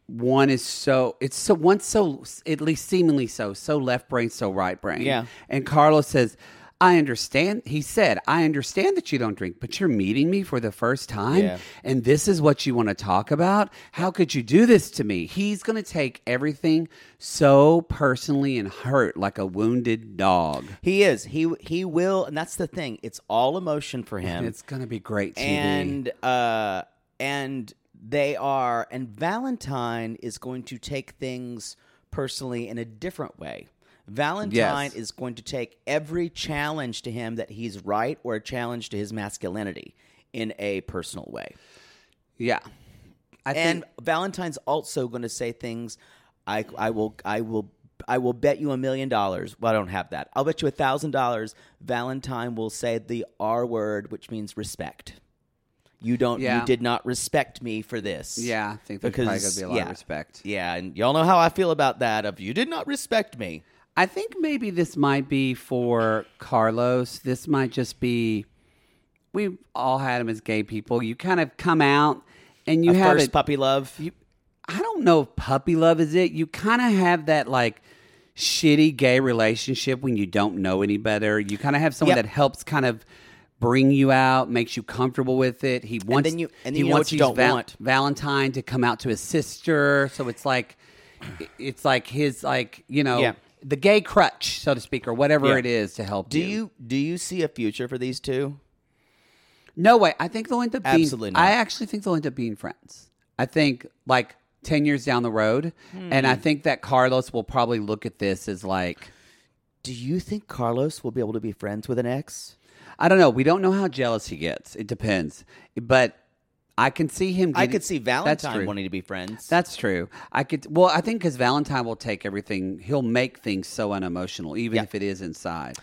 Speaker 3: one is so it's so one's so at least seemingly so so left brain so right brain
Speaker 2: Yeah.
Speaker 3: and carlos says i understand he said i understand that you don't drink but you're meeting me for the first time
Speaker 2: Yeah.
Speaker 3: and this is what you want to talk about how could you do this to me he's going to take everything so personally and hurt like a wounded dog
Speaker 2: he is he he will and that's the thing it's all emotion for him
Speaker 3: and it's going to be great tv
Speaker 2: and uh and they are and valentine is going to take things personally in a different way valentine
Speaker 3: Yes.
Speaker 2: is going to take every challenge to him that he's right or a challenge to his masculinity in a personal way
Speaker 3: Yeah. I
Speaker 2: and Valentine's also going to say things. I I will I will I will bet you a million dollars. Well, I don't have that. I'll bet you a thousand dollars. Valentine will say the R word, which means respect. You don't.
Speaker 3: Yeah.
Speaker 2: You did not respect me for this.
Speaker 3: yeah, I think there's probably going
Speaker 2: Because-
Speaker 3: to be a lot
Speaker 2: yeah.
Speaker 3: of respect.
Speaker 2: Yeah, and y'all know how I feel about that. Of you did not respect me.
Speaker 3: I think maybe this might be for Carlos. This might just be we all had him as gay people. You kind of come out and you
Speaker 2: A
Speaker 3: have
Speaker 2: first
Speaker 3: it.
Speaker 2: puppy love.
Speaker 3: you, I don't know if puppy love is it. You kind of have that like shitty gay relationship when you don't know any better. You kind of have someone
Speaker 2: Yep.
Speaker 3: that helps kind of bring you out, makes you comfortable with it. He wants
Speaker 2: then you- and then
Speaker 3: he
Speaker 2: you know
Speaker 3: wants
Speaker 2: what you
Speaker 3: these
Speaker 2: don't want.
Speaker 3: Valentine to come out to his sister, so it's like it's like his like, you know,
Speaker 2: Yeah.
Speaker 3: the gay crutch, so to speak, or whatever
Speaker 2: Yeah.
Speaker 3: it is to help
Speaker 2: do you do you see a future for these two?
Speaker 3: No way. I think they'll end up being.
Speaker 2: Absolutely not.
Speaker 3: I actually think they'll end up being friends. I think like ten years down the road, and I think that Carlos will probably look at this as like
Speaker 2: Do you think Carlos will be able to be friends with an ex?
Speaker 3: I don't know. We don't know how jealous he gets. It depends, but I can see him.
Speaker 2: I
Speaker 3: Getting,
Speaker 2: could see
Speaker 3: That's
Speaker 2: Valentine
Speaker 3: true.
Speaker 2: wanting to be friends.
Speaker 3: That's true. I could. Well, I think because Valentine will take everything. He'll make things so unemotional, even
Speaker 2: Yeah.
Speaker 3: if it is inside.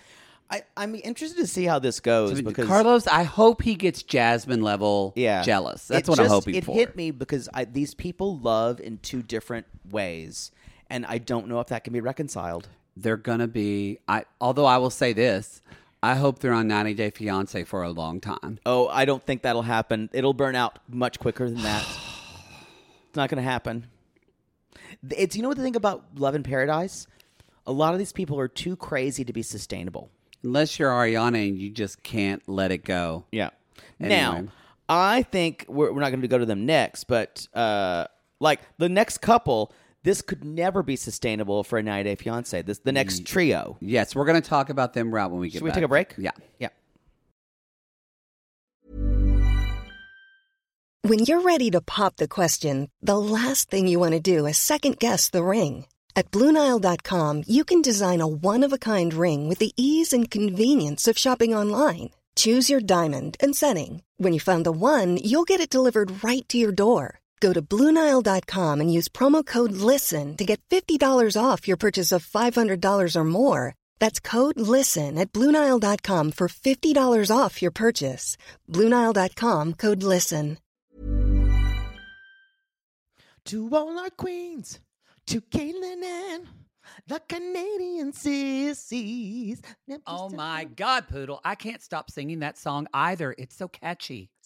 Speaker 2: I, I'm interested to see how this goes
Speaker 3: So
Speaker 2: because
Speaker 3: Carlos, I hope he gets Jasmine level
Speaker 2: yeah,
Speaker 3: jealous. That's
Speaker 2: It
Speaker 3: what I'm
Speaker 2: just-
Speaker 3: hoping
Speaker 2: it
Speaker 3: for.
Speaker 2: hit me because I, these people love in two different ways, and I don't know if that can be reconciled.
Speaker 3: they're gonna be i although i will say this i hope they're on 90 day fiance for a long time
Speaker 2: Oh, I don't think that'll happen. It'll burn out much quicker than that. it's not going to happen. It's you know what the thing about Love in Paradise. A lot of these people are too crazy to be sustainable.
Speaker 3: unless you're ariana and you just can't let it go
Speaker 2: Yeah. Now,
Speaker 3: Anyway.
Speaker 2: I think we're, we're not going to go to them next, but uh, like the next couple, this could never be sustainable for a 90 Day Fiance. This the next trio.
Speaker 3: yes we're gonna talk about them right when we get
Speaker 2: Should we
Speaker 3: back.
Speaker 2: take a break?
Speaker 3: yeah
Speaker 2: Yeah.
Speaker 4: When you're ready to pop the question, the last thing you want to do is second guess the ring. At Bluenile.com, you can design a one of a kind ring with the ease and convenience of shopping online. Choose your diamond and setting. When you find the one, you'll get it delivered right to your door. Go to Bluenile.com and use promo code LISTEN to get $50 off your purchase of $500 or more. That's code LISTEN at Bluenile.com for $50 off your purchase. Bluenile.com code LISTEN.
Speaker 2: To all our queens, to Caitlin and the Canadian sissies.
Speaker 3: oh my god poodle i can't stop singing that song either it's so catchy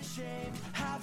Speaker 5: ashamed. Have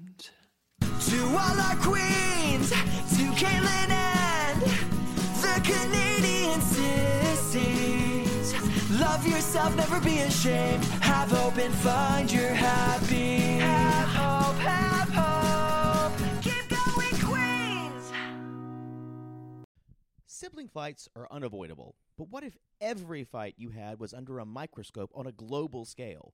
Speaker 5: To all our queens, to Caitlin and the Canadian sissies. Love yourself, never be ashamed. Have hope and find your happy. Have hope, have hope. Keep going, queens.
Speaker 6: Sibling fights are unavoidable, but what if every fight you had was under a microscope on a global scale?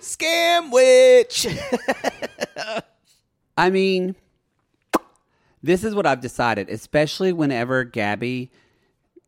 Speaker 2: Scam witch.
Speaker 3: I mean, this is what I've decided, especially whenever Gabby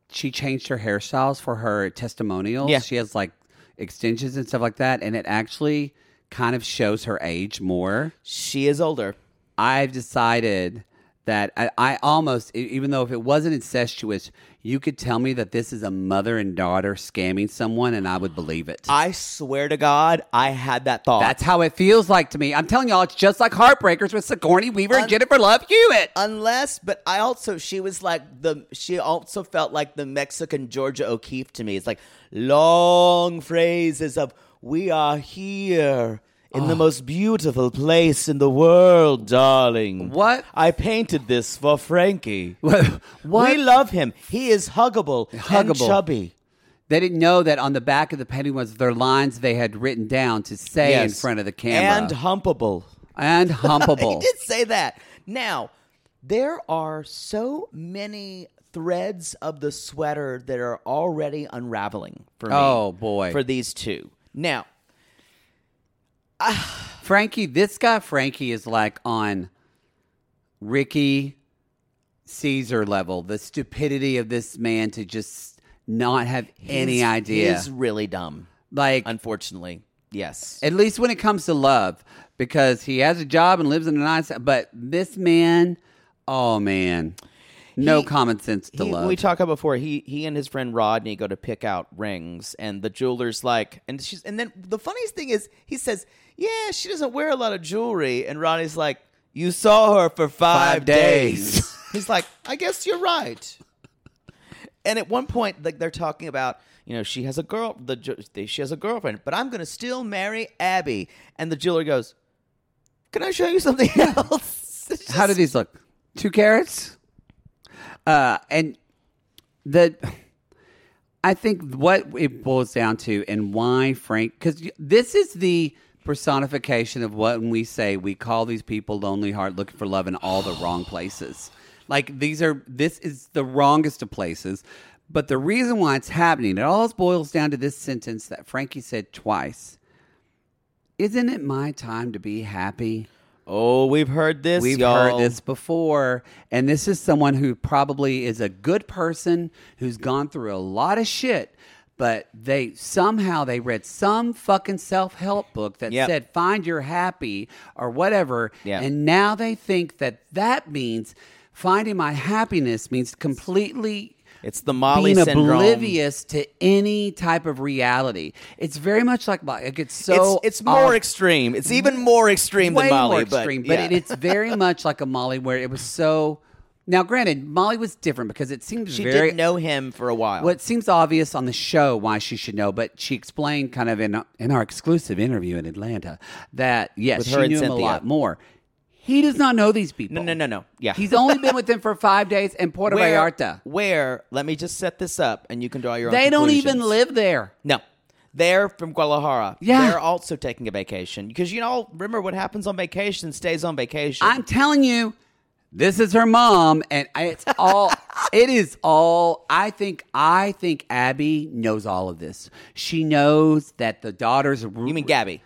Speaker 3: she changed her hairstyles for her testimonials.
Speaker 2: Yeah.
Speaker 3: She has like extensions and stuff like that, and it actually kind of shows her age more.
Speaker 2: she is older.
Speaker 3: I've decided that I, I almost, e- even though if it wasn't incestuous, you could tell me that this is a mother and daughter scamming someone, and I would believe it.
Speaker 2: I swear to God, I had that thought.
Speaker 3: That's how it feels like to me. I'm telling y'all, it's just like Heartbreakers with Sigourney Weaver and
Speaker 2: Un-
Speaker 3: Jennifer Love Hewitt.
Speaker 2: Unless, but I also she was like the she also felt like the Mexican Georgia O'Keeffe to me. It's like long phrases of "We are here in
Speaker 3: Ah.
Speaker 2: the most beautiful place in the world, darling."
Speaker 3: What?
Speaker 2: I painted this for Frankie.
Speaker 3: What?
Speaker 2: We love him. He is huggable, and
Speaker 3: Huggable.
Speaker 2: chubby.
Speaker 3: They didn't know that on the back of the painting was their lines they had written down to say in
Speaker 2: Yes.
Speaker 3: front of the camera
Speaker 2: and humpable.
Speaker 3: and
Speaker 2: he
Speaker 3: humpable.
Speaker 2: did say that. Now, there are so many threads of the sweater that are already unraveling for me.
Speaker 3: Oh, boy.
Speaker 2: For these two. Now,
Speaker 3: Frankie, this guy Frankie is like on Ricky Caesar level. The stupidity of this man to just not have any
Speaker 2: he's-
Speaker 3: idea.
Speaker 2: He's really dumb,
Speaker 3: like
Speaker 2: unfortunately. Yes.
Speaker 3: at least when it comes to love, because he has a job and lives in a nice. But this man, oh man, no
Speaker 2: He-
Speaker 3: common sense to
Speaker 2: He-
Speaker 3: love.
Speaker 2: we talked about before. He he and his friend Rodney go to pick out rings, and the jeweler's like, and she's, and then the funniest thing is he says, "Yeah, she doesn't wear a lot of jewelry," and Rodney's like, "You saw her for five,
Speaker 3: Five days."
Speaker 2: days." He's like, "I guess you're right." And at one point, like they're talking about, you know, she has a girl, the ju- they- she has a girlfriend, but I'm going to still marry Abby. And the jeweler goes, "Can I show you something else?" It's
Speaker 3: How do
Speaker 2: just-
Speaker 3: these look? Two carrots. Uh, and the, I think what it boils down to, and why Frank, because this is the personification of what when we say we call these people lonely heart looking for love in all the wrong places. Like these are this is the wrongest of places. But the reason why it's happening, it all boils down to this sentence that Frankie said twice. Isn't it my time to be happy?
Speaker 2: oh, we've heard this.
Speaker 3: We've
Speaker 2: y'all.
Speaker 3: heard this before, and this is someone who probably is a good person who's gone through a lot of shit, but they somehow they read some fucking self help book that
Speaker 2: Yep.
Speaker 3: said find your happy or whatever,
Speaker 2: Yeah.
Speaker 3: and now they think that that means finding my happiness means completely
Speaker 2: It's the Molly
Speaker 3: being
Speaker 2: syndrome.
Speaker 3: oblivious to any type of reality. It's very much like like it's so
Speaker 2: it's, it's more
Speaker 3: off-
Speaker 2: extreme. It's even more extreme
Speaker 3: way
Speaker 2: than Molly,
Speaker 3: more extreme, but,
Speaker 2: yeah.
Speaker 3: it, it's very much like a Molly where it was so Now, granted, Molly was different because it seems
Speaker 2: She
Speaker 3: very
Speaker 2: didn't know him for a while.
Speaker 3: Well, it seems obvious on the show why she should know, but she explained kind of in in our exclusive interview in Atlanta that yes,
Speaker 2: With
Speaker 3: she
Speaker 2: her and
Speaker 3: knew him a
Speaker 2: Cynthia.
Speaker 3: lot more. He does not know these people.
Speaker 2: No, no, no, no. Yeah.
Speaker 3: he's only been with them for five days in Puerto
Speaker 2: where,
Speaker 3: Vallarta.
Speaker 2: Where? Let me just set this up, and you can draw your own.
Speaker 3: They don't even
Speaker 2: conclusions.
Speaker 3: live there.
Speaker 2: No. They're from Guadalajara.
Speaker 3: Yeah.
Speaker 2: They're also taking a vacation. Because you all remember what happens on vacation stays on vacation.
Speaker 3: I'm telling you, this is her mom, and it's all. it is all. I think. I think Abby knows all of this. She knows that the daughters.
Speaker 2: you mean Gabby?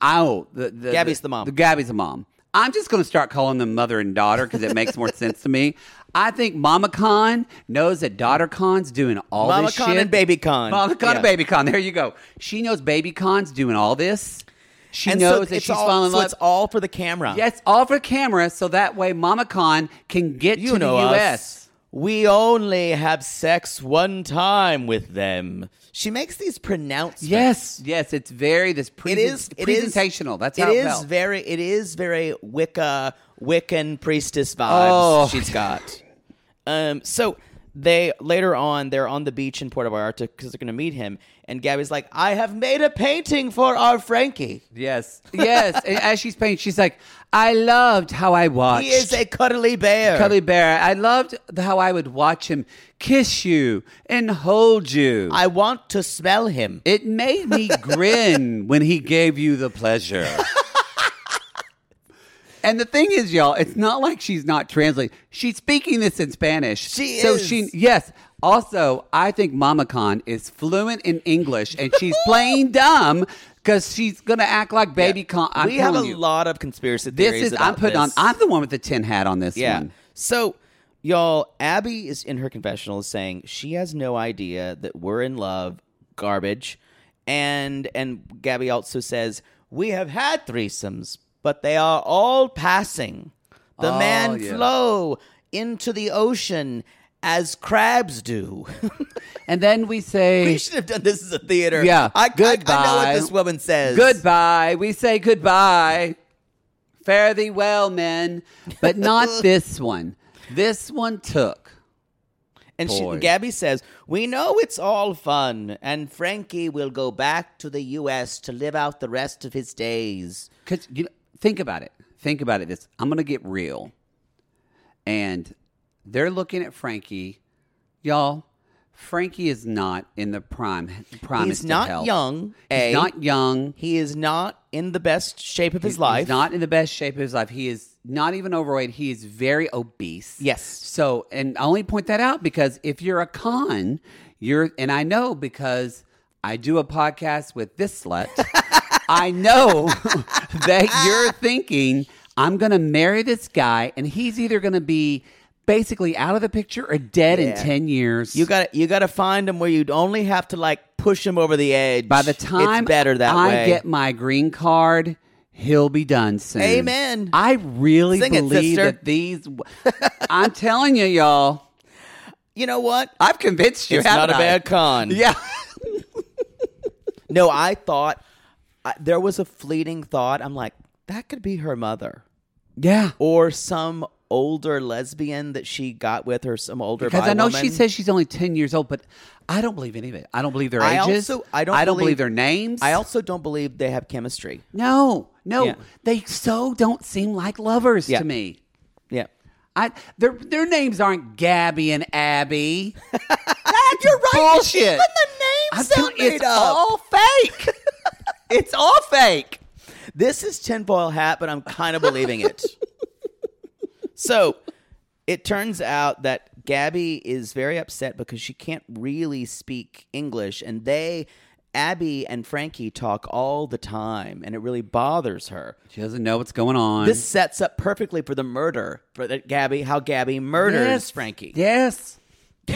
Speaker 3: Oh, the, the
Speaker 2: Gabby's the mom.
Speaker 3: The Gabby's the mom. I'm just going to start calling them mother and daughter because it makes more sense to me. I think Mama Con knows that Daughter Con's doing all
Speaker 2: Mama
Speaker 3: this
Speaker 2: Con
Speaker 3: shit.
Speaker 2: and Baby Con.
Speaker 3: Mama Con and
Speaker 2: Yeah.
Speaker 3: Baby Con. There you go. She knows Baby Con's doing all this. She
Speaker 2: and
Speaker 3: knows
Speaker 2: so
Speaker 3: that
Speaker 2: it's
Speaker 3: she's
Speaker 2: all,
Speaker 3: falling in
Speaker 2: so
Speaker 3: love.
Speaker 2: it's all for the camera.
Speaker 3: yes, all for camera, so that way Mama Con can get
Speaker 2: You
Speaker 3: to
Speaker 2: know
Speaker 3: the
Speaker 2: us.
Speaker 3: U.S.
Speaker 2: We only have sex one time with them. She makes these pronouncements.
Speaker 3: Yes, yes, it's very this
Speaker 2: It
Speaker 3: present,
Speaker 2: is it is-
Speaker 3: presentational. That's how
Speaker 2: it
Speaker 3: it
Speaker 2: is
Speaker 3: felt.
Speaker 2: very it is very Wicca Wiccan priestess vibes
Speaker 3: Oh.
Speaker 2: she's got. Um, so they later on they're on the beach in Puerto Vallarta because they're going to meet him, and Gabby's like, "I have made a painting for our Frankie.
Speaker 3: yes, yes. and as she's painting, she's like, "I loved how I watched."
Speaker 2: He is a cuddly bear."
Speaker 3: Cuddy Bear. I loved the- how I would watch him kiss you and hold you.
Speaker 2: I want to smell him.
Speaker 3: it made me grin when he gave you the pleasure. and the thing is, y'all, it's not like she's not translating. She's speaking this in Spanish.
Speaker 2: She
Speaker 3: so
Speaker 2: is.
Speaker 3: she yes. Also, I think Mama Con is fluent in English and she's playing dumb because she's gonna act like baby con. I'm
Speaker 2: we have a
Speaker 3: telling you,
Speaker 2: lot of conspiracy
Speaker 3: This
Speaker 2: theories.
Speaker 3: is I'm
Speaker 2: about
Speaker 3: putting on.
Speaker 2: this.
Speaker 3: I'm the one with the tin hat on this
Speaker 2: Yeah.
Speaker 3: one.
Speaker 2: So, y'all, Abby is in her confessional is saying she has no idea that we're in love. Garbage. And and Gabby also says we have had threesomes, but they are all passing. The
Speaker 3: Oh,
Speaker 2: man
Speaker 3: yeah.
Speaker 2: flow into the ocean as crabs do.
Speaker 3: And then we say
Speaker 2: we should have done this as a theater.
Speaker 3: Yeah.
Speaker 2: I, I- I, know
Speaker 3: Goodbye.
Speaker 2: what this woman says.
Speaker 3: Goodbye. We say goodbye. Fare thee well, men. But not this one. This one took.
Speaker 2: And she,
Speaker 3: Boy.
Speaker 2: Gabby says, We know it's all fun, and Frankie will go back to the U.S. to live out the rest of his days.
Speaker 3: Cause you know, think about it. Think about it. This I'm gonna get real. And they're looking at Frankie, y'all. Frankie is not in the prime. Prime
Speaker 2: He's
Speaker 3: to
Speaker 2: not
Speaker 3: health.
Speaker 2: young,
Speaker 3: He's
Speaker 2: A.
Speaker 3: not young.
Speaker 2: He is not in the best shape of his
Speaker 3: He's-
Speaker 2: life.
Speaker 3: He's not in the best shape of his life. He is not even overweight. He is very obese.
Speaker 2: Yes.
Speaker 3: So, and I only point that out because if you're a con, you're, and I know because I do a podcast with this slut, I know that you're thinking, I'm going to marry this guy and he's either going to be basically out of the picture or dead in 10 years.
Speaker 2: You got you got to find him where you'd only have to like push him over the edge.
Speaker 3: By the time
Speaker 2: it's better that
Speaker 3: I
Speaker 2: way.
Speaker 3: get my green card, he'll be done soon.
Speaker 2: Amen.
Speaker 3: I really
Speaker 2: Sing it,
Speaker 3: believe
Speaker 2: sister.
Speaker 3: that these. I'm telling you, y'all.
Speaker 2: you know what?
Speaker 3: I've convinced you.
Speaker 2: It's not
Speaker 3: haven't
Speaker 2: a
Speaker 3: I?
Speaker 2: bad con.
Speaker 3: Yeah.
Speaker 2: No, I thought I, there was a fleeting thought. I'm like, that could be her mother.
Speaker 3: Yeah.
Speaker 2: or some older lesbian that she got with or some older
Speaker 3: Because I
Speaker 2: bi
Speaker 3: know
Speaker 2: woman.
Speaker 3: she says she's only 10 years old, but I don't believe any of it. I don't believe their
Speaker 2: I
Speaker 3: ages.
Speaker 2: also- I don't
Speaker 3: believe,
Speaker 2: believe-
Speaker 3: their names.
Speaker 2: I also don't believe they have chemistry.
Speaker 3: No, no.
Speaker 2: Yeah.
Speaker 3: They so don't seem like lovers
Speaker 2: Yeah.
Speaker 3: to me.
Speaker 2: Yeah.
Speaker 3: I their their names aren't Gabby and Abby. you're right. Bullshit. Even the
Speaker 2: names sound made
Speaker 3: it's
Speaker 2: up.
Speaker 3: all fake. it's all fake.
Speaker 2: This is tinfoil hat, but I'm kind of believing it. So it turns out that Gabby is very upset because she can't really speak English, and they, Abby and Frankie, talk all the time, and it really bothers her.
Speaker 3: She doesn't know what's going on.
Speaker 2: This sets up perfectly for the murder for that Gabby, how Gabby murders Frankie.
Speaker 3: Yes.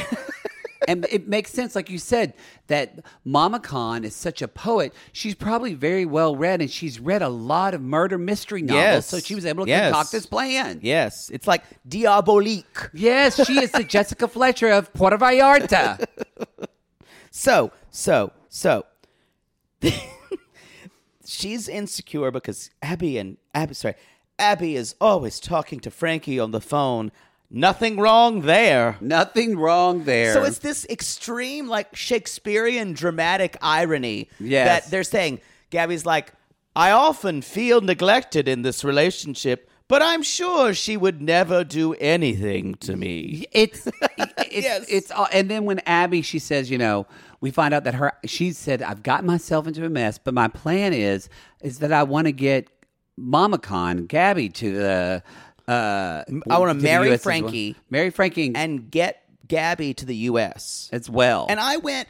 Speaker 3: and it makes sense, like you said, that Mama Khan is such a poet. She's probably very well read, and she's read a lot of murder mystery novels.
Speaker 2: Yes.
Speaker 3: So she was able to
Speaker 2: Yes.
Speaker 3: concoct this plan.
Speaker 2: Yes, it's like diabolique.
Speaker 3: Yes, she is the Jessica Fletcher of Puerto Vallarta.
Speaker 2: So, so, so. She's insecure because Abby and Abby, sorry, Abby is always talking to Frankie on the phone. Nothing wrong there.
Speaker 3: Nothing wrong there.
Speaker 2: So it's this extreme, like Shakespearean dramatic irony
Speaker 3: Yes.
Speaker 2: that they're saying. Gabby's like, I often feel neglected in this relationship, but I'm sure she would never do anything to me.
Speaker 3: It's it's, it's all, and then when Abby she says, you know, we find out that her she said, I've got myself into a mess, but my plan is is that I want to get MamaCon Gabby to the uh
Speaker 2: I wanna
Speaker 3: to the
Speaker 2: marry
Speaker 3: US as well.
Speaker 2: Frankie.
Speaker 3: Marry Frankie and,
Speaker 2: And get Gabby to the U.S.
Speaker 3: as well.
Speaker 2: And I went,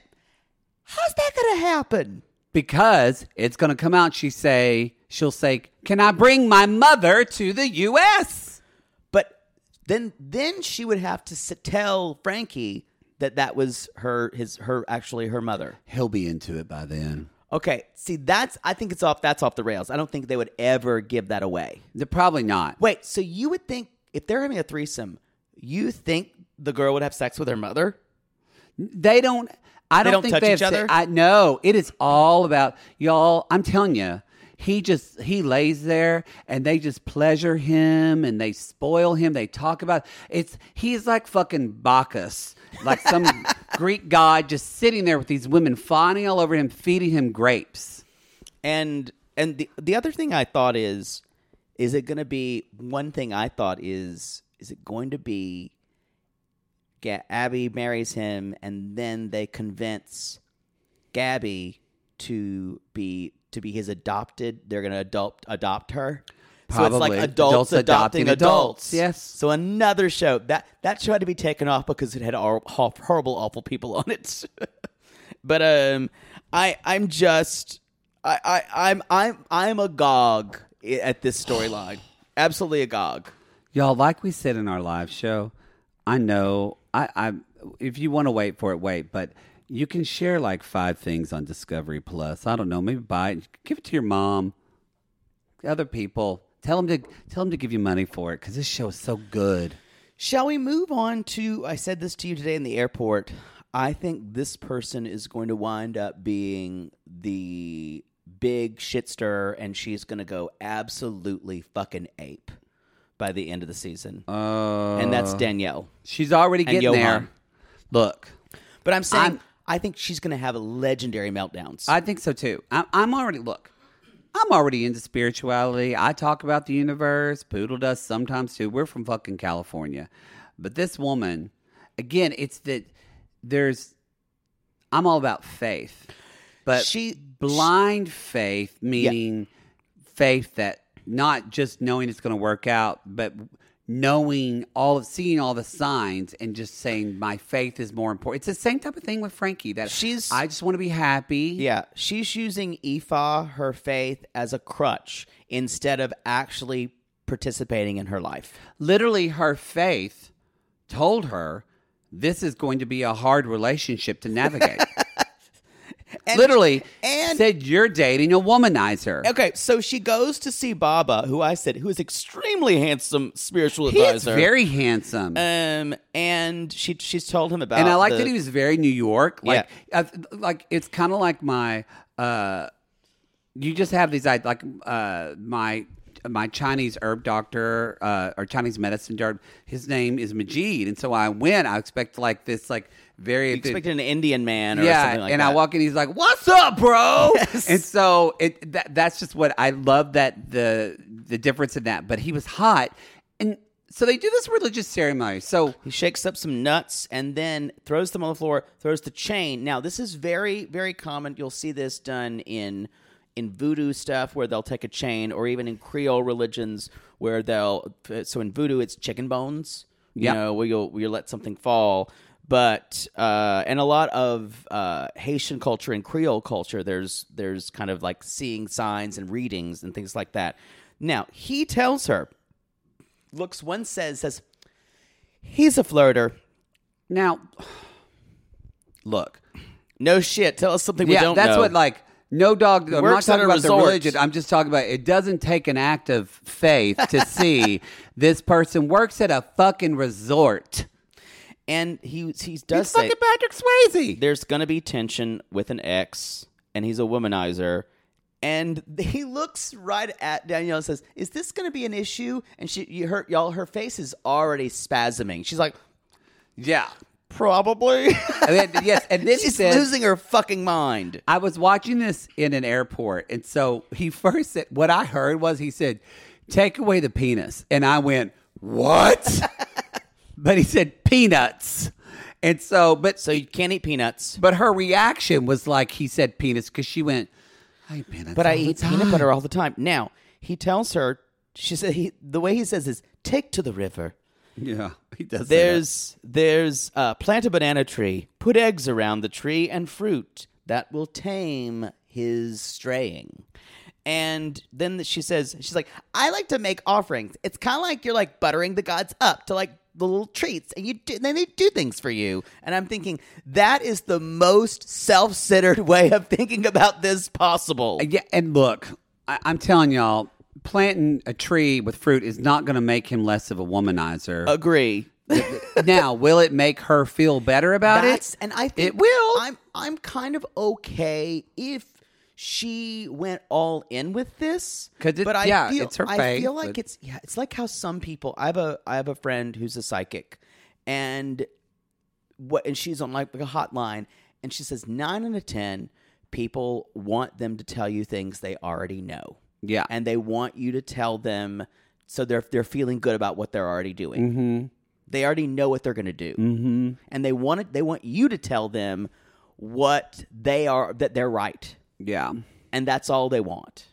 Speaker 2: How's that going to happen?
Speaker 3: because it's going to come out she say she'll say, "Can I bring my mother to the US?"
Speaker 2: But then, then she would have to s- tell Frankie that that was her, his, her, actually her mother.
Speaker 3: He'll be into it by then.
Speaker 2: Okay, see, that's I think it's off. That's off the rails. I don't think they would ever give that away.
Speaker 3: They're probably not.
Speaker 2: Wait, so you would think if they're having a threesome, you think the girl would have sex with her mother?
Speaker 3: They don't. I
Speaker 2: They don't
Speaker 3: don't, think
Speaker 2: touch
Speaker 3: they
Speaker 2: each
Speaker 3: have se-
Speaker 2: other?
Speaker 3: I know it is all about y'all. I'm telling you, he just he lays there and they just pleasure him and they spoil him. They talk about it's. He's like fucking Bacchus, like some Greek god, just sitting there with these women fawning all over him, feeding him grapes.
Speaker 2: And and the the other thing I thought is, is it going to be one thing I thought is is it going to be, Ga- Abby marries him and then they convince Gabby to be to be his adopted. They're going to adopt adopt her. So it's
Speaker 3: Probably.
Speaker 2: like adults,
Speaker 3: Adults
Speaker 2: adopting,
Speaker 3: adopting
Speaker 2: adults.
Speaker 3: adults, yes.
Speaker 2: So another show that that show had to be taken off because it had hor- hor- horrible, awful people on it. but um, I I'm just I, I I'm I'm I'm agog i- at this storyline. Absolutely agog.
Speaker 3: Y'all, like we said in our live show, I know I, I if you want to wait for it, wait, but you can share like five things on Discovery Plus. I don't know, maybe buy it, give it to your mom, other people. Tell them to tell them to give you money for it because this show is so good.
Speaker 2: Shall we move on to? I said this to you today in the airport. I think this person is going to wind up being the big shitster, and she's going to go absolutely fucking ape by the end of the season.
Speaker 3: Uh,
Speaker 2: and that's Danielle.
Speaker 3: she's already
Speaker 2: and Johan.
Speaker 3: getting there. Look,
Speaker 2: But I'm saying
Speaker 3: I'm-
Speaker 2: i think she's going to have legendary meltdowns.
Speaker 3: I think so too. I'm, I'm already look. I'm already into spirituality. I talk about the universe. Poodle does sometimes too. We're from fucking California, but this woman, again, it's that there's. I'm all about faith, but
Speaker 2: She-
Speaker 3: blind faith meaning faith that not just knowing it's going to work out, but knowing all of seeing all the signs and just saying my faith is more important. It's the same type of thing with Frankie that
Speaker 2: She's-
Speaker 3: I just want to be happy.
Speaker 2: yeah, she's using Ifa, her faith, as a crutch instead of actually participating in her life.
Speaker 3: literally her faith told her this is going to be a hard relationship to navigate. literally
Speaker 2: and-
Speaker 3: said you're dating a womanizer.
Speaker 2: Okay, so she goes to see Baba, who I said, who is extremely handsome spiritual
Speaker 3: He is
Speaker 2: advisor.
Speaker 3: very handsome.
Speaker 2: um, and she she's told him about.
Speaker 3: and I like
Speaker 2: the-
Speaker 3: that he was very New York. Like, I, like it's kind of like my, uh, you just have these I- like uh, my my Chinese herb doctor uh, or Chinese medicine doctor. His name is Majid, and so I went. I expect like this like very
Speaker 2: you expected an Indian man or something like
Speaker 3: and
Speaker 2: that.
Speaker 3: I walk in, he's like, "What's up, bro?"
Speaker 2: Yes.
Speaker 3: And so it that, that's just what I love that the the difference in that. But he was hot, and so they do this religious ceremony. So
Speaker 2: He shakes up some nuts and then throws them on the floor, throws the chain. Now, this is very, very common. You'll see this done in in voodoo stuff where they'll take a chain or even in Creole religions where they'll so in voodoo it's chicken bones, you
Speaker 3: Yeah.
Speaker 2: know, where you'll where you let something fall. But uh, and a lot of uh, Haitian culture and Creole culture, there's there's kind of like seeing signs and readings and things like that. Now he tells her, looks one says says he's a flirter.
Speaker 3: now, look,
Speaker 2: No shit. Tell us something we
Speaker 3: yeah,
Speaker 2: don't
Speaker 3: that's
Speaker 2: know.
Speaker 3: what like no dog. I'm not
Speaker 2: Works at
Speaker 3: talking
Speaker 2: a
Speaker 3: about
Speaker 2: resort.
Speaker 3: the religion. I'm just talking about it doesn't take an act of faith to see this person works at a fucking resort.
Speaker 2: and he he does
Speaker 3: It's
Speaker 2: say
Speaker 3: fucking Patrick Swayze.
Speaker 2: there's gonna be tension with an ex, and he's a womanizer, And he looks right at Danielle and says, "Is this going to be an issue?" And she, you hurt y'all. Her face is already spasming. She's like,
Speaker 3: Yeah.
Speaker 2: "Probably."
Speaker 3: And then, yes, and then she
Speaker 2: She's
Speaker 3: said,
Speaker 2: losing her fucking mind.
Speaker 3: I was watching this in an airport, and so he first said, what I heard was he said, "Take away the penis," and I went, "What?" but he said peanuts, and so but
Speaker 2: So you can't eat peanuts.
Speaker 3: but her reaction was like he said penis because she went, "I eat peanuts,
Speaker 2: But I
Speaker 3: all the
Speaker 2: eat
Speaker 3: time."
Speaker 2: peanut butter all the time. Now he tells her, she said, he, the way he says is, "Take to the river."
Speaker 3: Yeah, he does. say that.
Speaker 2: There's there's uh, plant a banana tree, put eggs around the tree and fruit that will tame his straying. And then she says, she's like, I like to make offerings. It's kind of like you're like buttering the gods up to like the little treats, and you do, and then they do things for you. And I'm thinking that is the most self-centered way of thinking about this possible.
Speaker 3: Yeah, and look, I, I'm telling y'all, planting a tree with fruit is not going to make him less of a womanizer.
Speaker 2: Uh, Agree.
Speaker 3: now, will it make her feel better about
Speaker 2: That's,
Speaker 3: it?
Speaker 2: And I think
Speaker 3: it will.
Speaker 2: I'm I'm kind of okay if she went all in with this
Speaker 3: 'Cause it-
Speaker 2: but I
Speaker 3: yeah,
Speaker 2: feel,
Speaker 3: it's her
Speaker 2: I
Speaker 3: faith,
Speaker 2: feel like
Speaker 3: but-
Speaker 2: it's yeah, it's like how some people. I have a I have a friend who's a psychic, and what and she's on like a hotline, and she says nine out of ten people want them to tell you things they already know
Speaker 3: yeah,
Speaker 2: and they want you to tell them so they're they're feeling good about what they're already doing. Mm-hmm. They already know what they're going to do, mm-hmm. and they want it. They want you to tell them what they are that they're right,
Speaker 3: yeah,
Speaker 2: and that's all they want.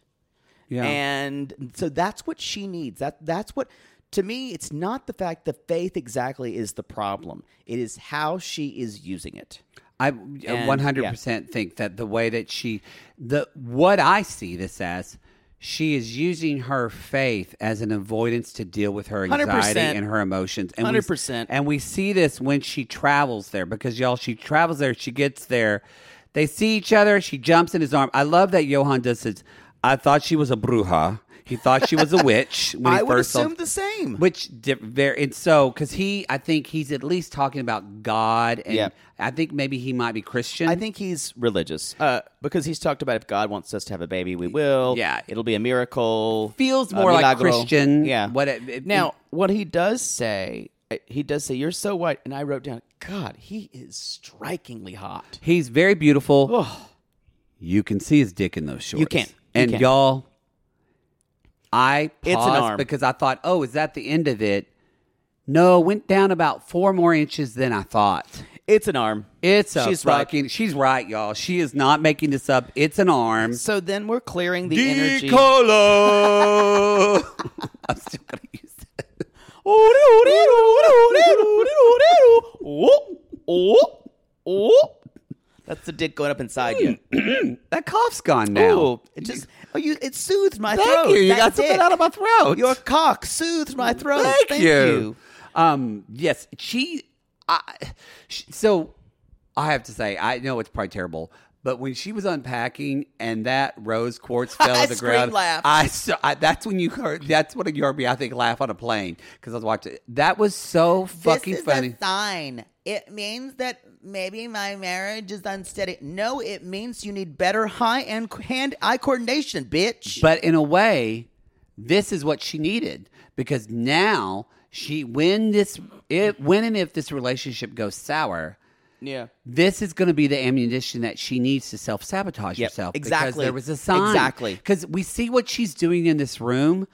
Speaker 3: yeah.
Speaker 2: And so that's what she needs. That that's what to me. It's not the fact that faith exactly is the problem. It is how she is using it.
Speaker 3: I uh,
Speaker 2: yeah.
Speaker 3: one hundred percent think that the way that she, the what I see this as, she is using her faith as an avoidance to deal with her anxiety
Speaker 2: 100%.
Speaker 3: and her emotions. And we-
Speaker 2: 100%.
Speaker 3: And we see this when she travels there because y'all, she travels there. She gets there, they see each other. She jumps in his arm. I love that Johan does this. I thought she was a bruja. He thought she was a witch. When
Speaker 2: I
Speaker 3: he
Speaker 2: would
Speaker 3: first saw-
Speaker 2: assume the same.
Speaker 3: which di- very and so because he, I think he's at least talking about God, and
Speaker 2: Yeah.
Speaker 3: I think maybe he might be Christian.
Speaker 2: I think he's religious uh, because he's talked about if God wants us to have a baby, we will.
Speaker 3: Yeah.
Speaker 2: it'll be a miracle.
Speaker 3: Feels
Speaker 2: a
Speaker 3: more like
Speaker 2: milagro.
Speaker 3: Christian,
Speaker 2: Yeah.
Speaker 3: what it- it-
Speaker 2: now, what he does say, uh, he does say, "You're so white," and I wrote down, "God, he is strikingly hot."
Speaker 3: he's very beautiful. You can see his dick in those shorts.
Speaker 2: You can. You
Speaker 3: and
Speaker 2: can.
Speaker 3: y'all, I
Speaker 2: It's an
Speaker 3: paused
Speaker 2: arm.
Speaker 3: because I thought, oh, is that the end of it? No, it went down about four more inches than I thought.
Speaker 2: It's an arm.
Speaker 3: It's a
Speaker 2: She's right.
Speaker 3: fucking. She's right, y'all. She is not making this up. It's an arm.
Speaker 2: So then we're clearing the energy.
Speaker 3: Decolo. I'm still gonna use that.
Speaker 2: Oh, oh, oh. That's the dick going up inside you.
Speaker 3: That cough's gone Mm, now.
Speaker 2: Ooh, it just oh, you it soothed my
Speaker 3: Thank
Speaker 2: throat.
Speaker 3: you. You
Speaker 2: That
Speaker 3: got something
Speaker 2: dick.
Speaker 3: out of my throat.
Speaker 2: Your cock soothed my throat.
Speaker 3: Thank,
Speaker 2: Thank
Speaker 3: you. Um, yes, she. I, sh so I have to say, I know it's probably terrible, but when she was unpacking and that rose quartz fell
Speaker 2: I
Speaker 3: to the ground,
Speaker 2: screamed laugh.
Speaker 3: I, so, I that's when you heard that's what you heard me. I think laugh on a plane because I was watching. it. That was so fucking
Speaker 7: this is
Speaker 3: funny.
Speaker 7: a sign. It means that maybe my marriage is unsteady.
Speaker 2: No, it means you need better high and hand eye coordination, bitch.
Speaker 3: But in a way, this is what she needed because now she when this if when and if this relationship goes sour,
Speaker 2: yeah.
Speaker 3: this is going to be the ammunition that she needs to self sabotage
Speaker 2: Yep,
Speaker 3: herself. Because
Speaker 2: exactly.
Speaker 3: there was a sign.
Speaker 2: Exactly.
Speaker 3: Because we see what she's doing in this room.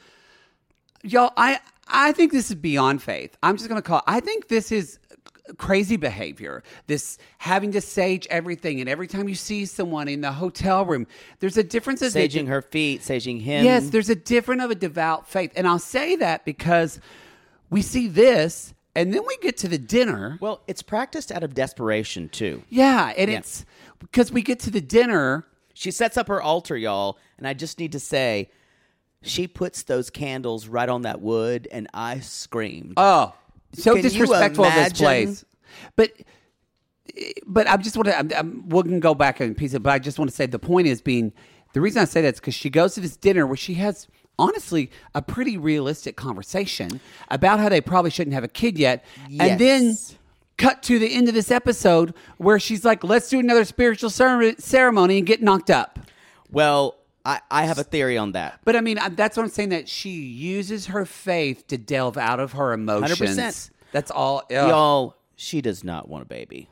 Speaker 3: Y'all, I I think this is beyond faith. I'm just going to call. I think this is crazy behavior. This having to sage everything, and every time you see someone in the hotel room, there's a difference. as they-
Speaker 2: Saging her feet, saging him.
Speaker 3: Yes, there's a different of a devout faith. And I'll say that because we see this and then we get to the dinner.
Speaker 2: Well, it's practiced out of desperation too.
Speaker 3: Yeah, and
Speaker 2: Yeah.
Speaker 3: it's because we get to the dinner.
Speaker 2: She sets up her altar, y'all, and I just need to say, she puts those candles right on that wood, and I screamed.
Speaker 3: Oh, so
Speaker 2: Can you
Speaker 3: disrespectful of this
Speaker 2: imagine?
Speaker 3: place. But but I just want to. I'm, I'm, we can go back and piece it. But I just want to say the point is being the reason I say that is because she goes to this dinner where she has honestly a pretty realistic conversation about how they probably shouldn't have a kid yet, and then.
Speaker 2: Yes.
Speaker 3: Cut to the end of this episode where she's like, "Let's do another spiritual cer- ceremony and get knocked up."
Speaker 2: well, I, I have a theory on that.
Speaker 3: But I mean, I- that's what I'm saying. That she uses her faith to delve out of her emotions.
Speaker 2: 100%.
Speaker 3: That's all. ugh.
Speaker 2: Y'all, she does not want a baby.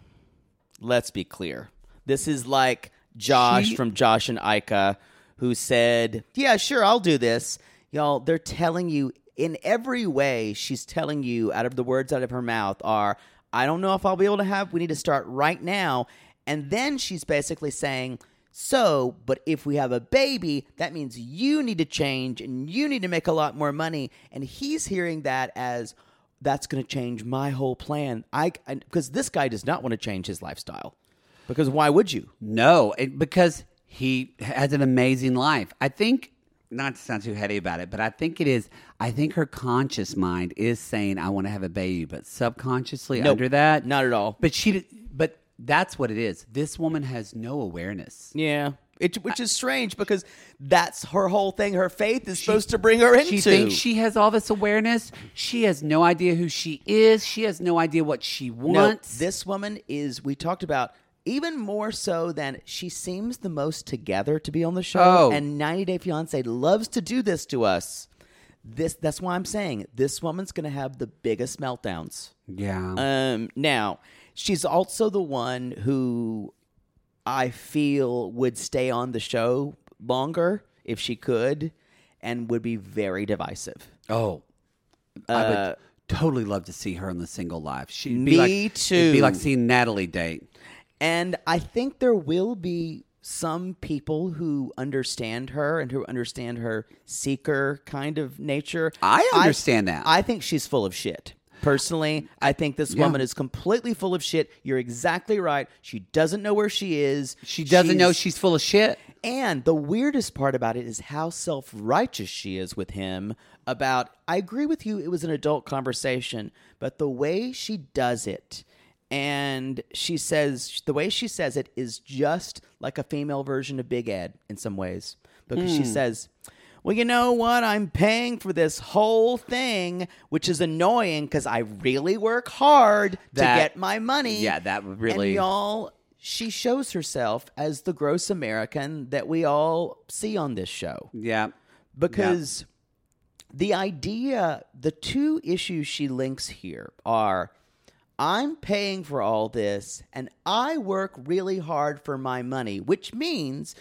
Speaker 2: Let's be clear. This is like Josh
Speaker 3: She-
Speaker 2: from Josh and Ica who said, Yeah, sure, I'll do this. Y'all, they're telling you in every way, she's telling you out of the words out of her mouth are, I don't know if I'll be able to have, we need to start right now. And then she's basically saying, so, but if we have a baby, that means you need to change and you need to make a lot more money. And he's hearing that as, that's going to change my whole plan. I because this guy does not want to change his lifestyle. Because why would you?
Speaker 3: No, it, because he has an amazing life. I think not to sound too heady about it, but I think it is. I think her conscious mind is saying, "I want to have a baby," but subconsciously
Speaker 2: Nope,
Speaker 3: under that,
Speaker 2: not at all.
Speaker 3: But she, did- but that's what it is. This woman has no awareness.
Speaker 2: Yeah. It, which is strange because that's her whole thing. Her faith is supposed to bring her into.
Speaker 3: She thinks she has all this awareness. She has no idea who she is. She has no idea what she
Speaker 2: No,
Speaker 3: wants.
Speaker 2: this woman is. We talked about even more so than she seems the most together to be on the show.
Speaker 3: Oh.
Speaker 2: And 90 Day Fiance loves to do this to us. This that's why I'm saying this woman's going to have the biggest meltdowns.
Speaker 3: yeah.
Speaker 2: Um, now, she's also the one who I feel would stay on the show longer if she could and would be very divisive.
Speaker 3: Oh, I would totally love to see her in the single life. She'd be
Speaker 2: uh, Me
Speaker 3: like, It'd
Speaker 2: too.
Speaker 3: be like seeing Natalie date.
Speaker 2: And I think there will be some people who understand her and who understand her seeker kind of nature.
Speaker 3: I understand that.
Speaker 2: I think she's full of shit. Personally, I think this woman is completely full of shit. You're exactly right. She doesn't know where she is.
Speaker 3: She doesn't know
Speaker 2: she's.
Speaker 3: she's full of shit.
Speaker 2: And the weirdest part about it is how self righteous she is with him about, I agree with you, it was an adult conversation, but the way she does it, and she says, the way she says it is just like a female version of Big Ed in some ways, because she says, well, you know what? I'm paying for this whole thing, which is annoying because I really work hard
Speaker 3: That-
Speaker 2: to get my money.
Speaker 3: Yeah, that would
Speaker 2: And
Speaker 3: really-
Speaker 2: y'all, she shows herself as the gross American that we all see on this show.
Speaker 3: Yeah.
Speaker 2: Because the idea, the two issues she links here are I'm paying for all this and I work really hard for my money, which means,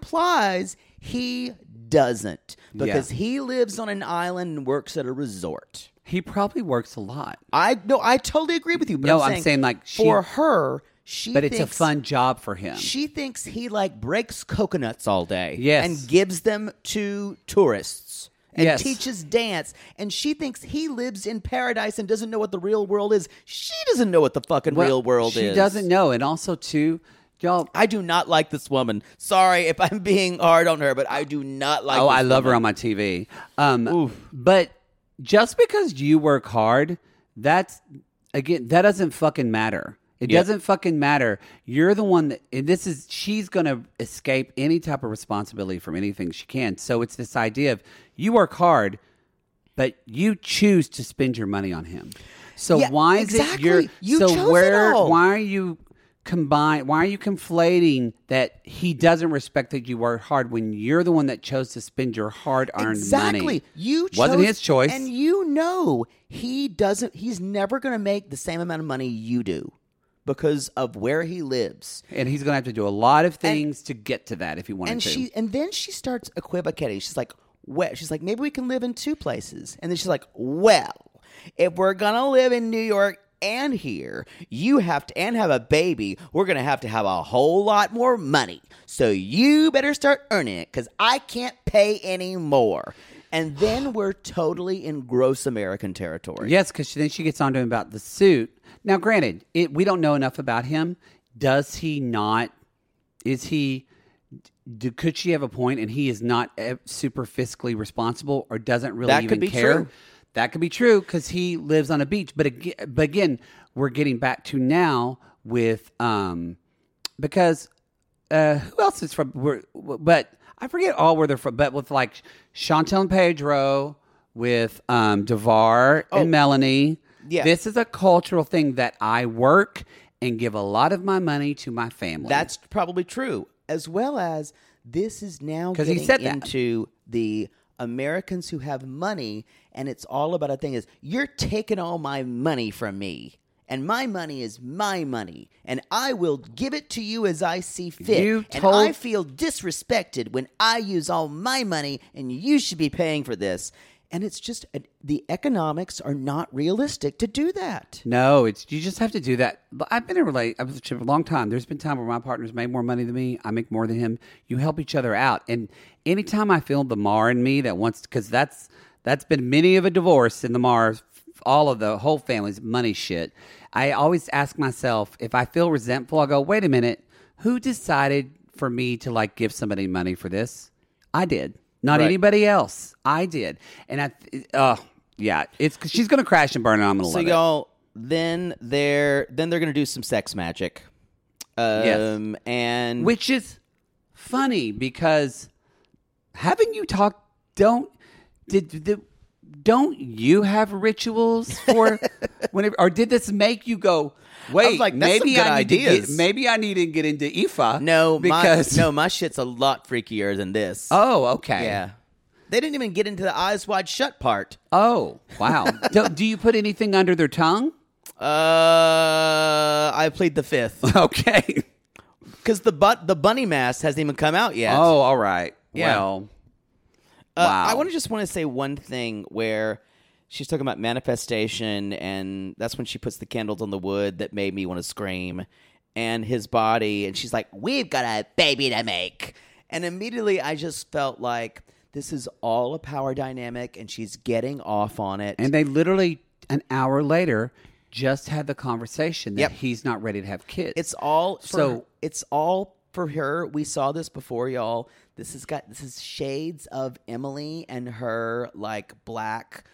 Speaker 2: implies he doesn't because he lives on an island and works at a resort.
Speaker 3: He probably works a lot.
Speaker 2: I no, I totally agree with you. But
Speaker 3: No,
Speaker 2: I'm
Speaker 3: I'm
Speaker 2: saying,
Speaker 3: saying, like, she-
Speaker 2: for her, she
Speaker 3: But it's a
Speaker 2: thinks-
Speaker 3: fun job for him.
Speaker 2: She thinks he like breaks coconuts all day,
Speaker 3: Yes.
Speaker 2: and gives them to tourists. And
Speaker 3: Yes.
Speaker 2: teaches dance, and she thinks he lives in paradise and doesn't know what the real world is. She doesn't know what the fucking
Speaker 3: Well,
Speaker 2: real world
Speaker 3: she
Speaker 2: is.
Speaker 3: doesn't know. And also, too, y'all.
Speaker 2: I do not like this woman. Sorry if I'm being hard on her, but I do not like.
Speaker 3: oh,
Speaker 2: this
Speaker 3: I love her
Speaker 2: woman.
Speaker 3: on my TV. Um, But just because you work hard, that's again, that doesn't fucking matter. It
Speaker 2: Yeah.
Speaker 3: doesn't fucking matter. You're the one that, and this is, she's going to escape any type of responsibility from anything she can. So it's this idea of you work hard, but you choose to spend your money on him. So
Speaker 2: Yeah,
Speaker 3: why is
Speaker 2: exactly.
Speaker 3: it you're,
Speaker 2: You
Speaker 3: so
Speaker 2: chose it
Speaker 3: where,
Speaker 2: all.
Speaker 3: why are you combine why are you conflating that he doesn't respect that you work hard when you're the one that chose to spend your hard earned
Speaker 2: exactly.
Speaker 3: money
Speaker 2: You chose,
Speaker 3: wasn't his choice
Speaker 2: and you know he doesn't. He's never going to make the same amount of money you do because of where he lives.
Speaker 3: and he's gonna have to do a lot of things to get to that if he wanted
Speaker 2: and
Speaker 3: to
Speaker 2: she and then she starts equivocating. She's like, "Well," she's like, "Maybe we can live in two places." And then she's like, "Well, if we're gonna live in New York and here, you have to and have a baby. We're gonna have to have a whole lot more money. So you better start earning it because I can't pay any more." And then we're totally in gross American territory.
Speaker 3: yes because then she gets on to him about the suit now granted it, we don't know enough about him does he not is he do, could she have a point and he is not eh, super fiscally responsible or doesn't really
Speaker 2: That
Speaker 3: even
Speaker 2: could be
Speaker 3: care
Speaker 2: true.
Speaker 3: that could be true because he lives on a beach but again, but again we're getting back to now with um because uh who else is from were- but i forget all where they're from but with like chantel and pedro with um devar and melanie
Speaker 2: Yeah.
Speaker 3: this is a cultural thing that i work and give a lot of my money to my family
Speaker 2: That's probably true, as well as This is now
Speaker 3: 'Cause
Speaker 2: getting
Speaker 3: he said that.
Speaker 2: into the Americans who have money, and it's all about a thing is you're taking all my money from me. And my money is my money, and I will give it to you as I see fit.
Speaker 3: You
Speaker 2: and I
Speaker 3: told-
Speaker 2: feel disrespected when I use all my money, and you should be paying for this. And it's just uh, the economics are not realistic to do that.
Speaker 3: No, it's you just have to do that. But I've been in a relationship a long time. There's been time where my partner's made more money than me. I make more than him. You help each other out, and anytime I feel the mar in me that wants, because that's that's been many of a divorce in the mar, all of the whole family's money shit. I always ask myself if I feel resentful. I go, wait a minute, who decided for me to like give somebody money for this? I did, not
Speaker 2: Right.
Speaker 3: anybody else. I did, and I, uh, yeah, it's cause she's gonna crash and burn, and I'm gonna
Speaker 2: So
Speaker 3: love it.
Speaker 2: y'all, then they're then they're gonna do some sex magic. Um,
Speaker 3: Yes.
Speaker 2: and
Speaker 3: which is funny because haven't you talked don't did the don't you have rituals for whenever or did this make you go wait
Speaker 2: like, that's some
Speaker 3: maybe
Speaker 2: good
Speaker 3: I need to get-
Speaker 2: ideas."
Speaker 3: maybe I need to get into IFA
Speaker 2: no,
Speaker 3: because
Speaker 2: my, no, my shit's a lot freakier than this.
Speaker 3: oh okay
Speaker 2: yeah, they didn't even get into the eyes wide shut part.
Speaker 3: oh wow do, do you put anything under their tongue
Speaker 2: Uh, I plead the fifth
Speaker 3: okay
Speaker 2: because the but the bunny mask hasn't even come out yet.
Speaker 3: oh all right
Speaker 2: Yeah.
Speaker 3: well
Speaker 2: Uh,
Speaker 3: Wow.
Speaker 2: I want to just want to say one thing where she's talking about manifestation, and that's when she puts the candles on the wood that made me want to scream, and his body, and she's like, "We've got a baby to make," and immediately I just felt like this is all a power dynamic, and she's getting off on it.
Speaker 3: and they literally an hour later just had the conversation that
Speaker 2: Yep.
Speaker 3: he's not ready to have kids
Speaker 2: It's all for,
Speaker 3: So-
Speaker 2: it's all for her. We saw this before, y'all. This has got this is shades of Emily and her like black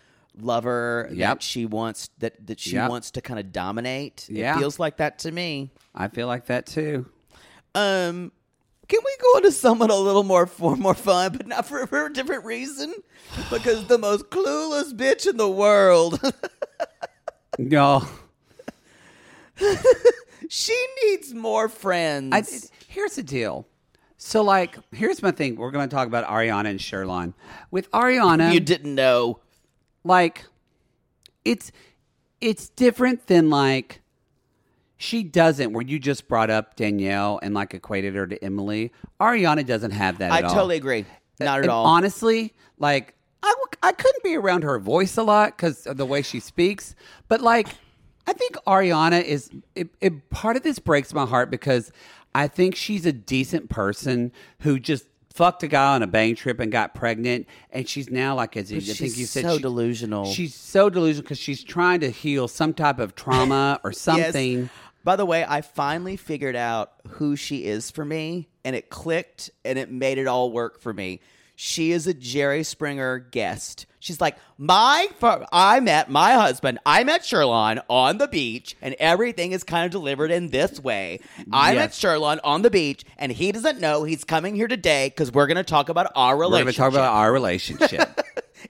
Speaker 2: lover
Speaker 3: Yep.
Speaker 2: that she wants that that she
Speaker 3: Yep.
Speaker 2: wants to kind of dominate.
Speaker 3: Yeah.
Speaker 2: It feels like that to me.
Speaker 3: I feel like that too.
Speaker 2: Um can we go into someone a little more for more fun, but not for, for a different reason? Because the most clueless bitch in the world,
Speaker 3: No,
Speaker 2: she needs more friends.
Speaker 3: I, here's the deal. So, like, here's my thing. We're going to talk about Ariana and Sherlon. With Ariana,
Speaker 2: you didn't know.
Speaker 3: like, it's it's different than like she doesn't. Where you just brought up Danielle and like equated her to Emily. Ariana doesn't have that.
Speaker 2: I
Speaker 3: at all.
Speaker 2: totally agree. Not at
Speaker 3: And
Speaker 2: all.
Speaker 3: Honestly, like I, w- I couldn't be around her voice a lot because of the way she speaks. But like, I think Ariana is. It, it, part of this breaks my heart because I think she's a decent person who just fucked a guy on a bang trip and got pregnant, and she's now like as you- I
Speaker 2: But
Speaker 3: think
Speaker 2: she's
Speaker 3: you said
Speaker 2: so
Speaker 3: she-
Speaker 2: delusional.
Speaker 3: She's so delusional because she's trying to heal some type of trauma or
Speaker 2: Yes.
Speaker 3: something.
Speaker 2: By the way, I finally figured out who she is for me, and it clicked, and it made it all work for me. She is a Jerry Springer guest. She's like, my, fir- I met my husband. I met Sherlon on the beach, and everything is kind of delivered in this way. I met
Speaker 3: Yes.
Speaker 2: Sherlon on the beach, and he doesn't know he's coming here today because we're going to talk about our
Speaker 3: We're going to
Speaker 2: relationship.
Speaker 3: talk about our relationship.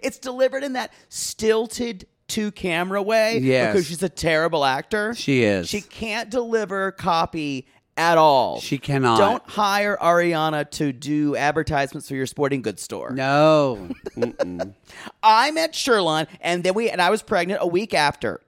Speaker 2: it's delivered in that stilted two camera way
Speaker 3: Yes.
Speaker 2: because she's a terrible actor.
Speaker 3: She is.
Speaker 2: She can't deliver copy at all.
Speaker 3: She cannot.
Speaker 2: Don't hire Ariana to do advertisements for your sporting goods store.
Speaker 3: no,
Speaker 2: I met Sherlon and then we and I was pregnant a week after.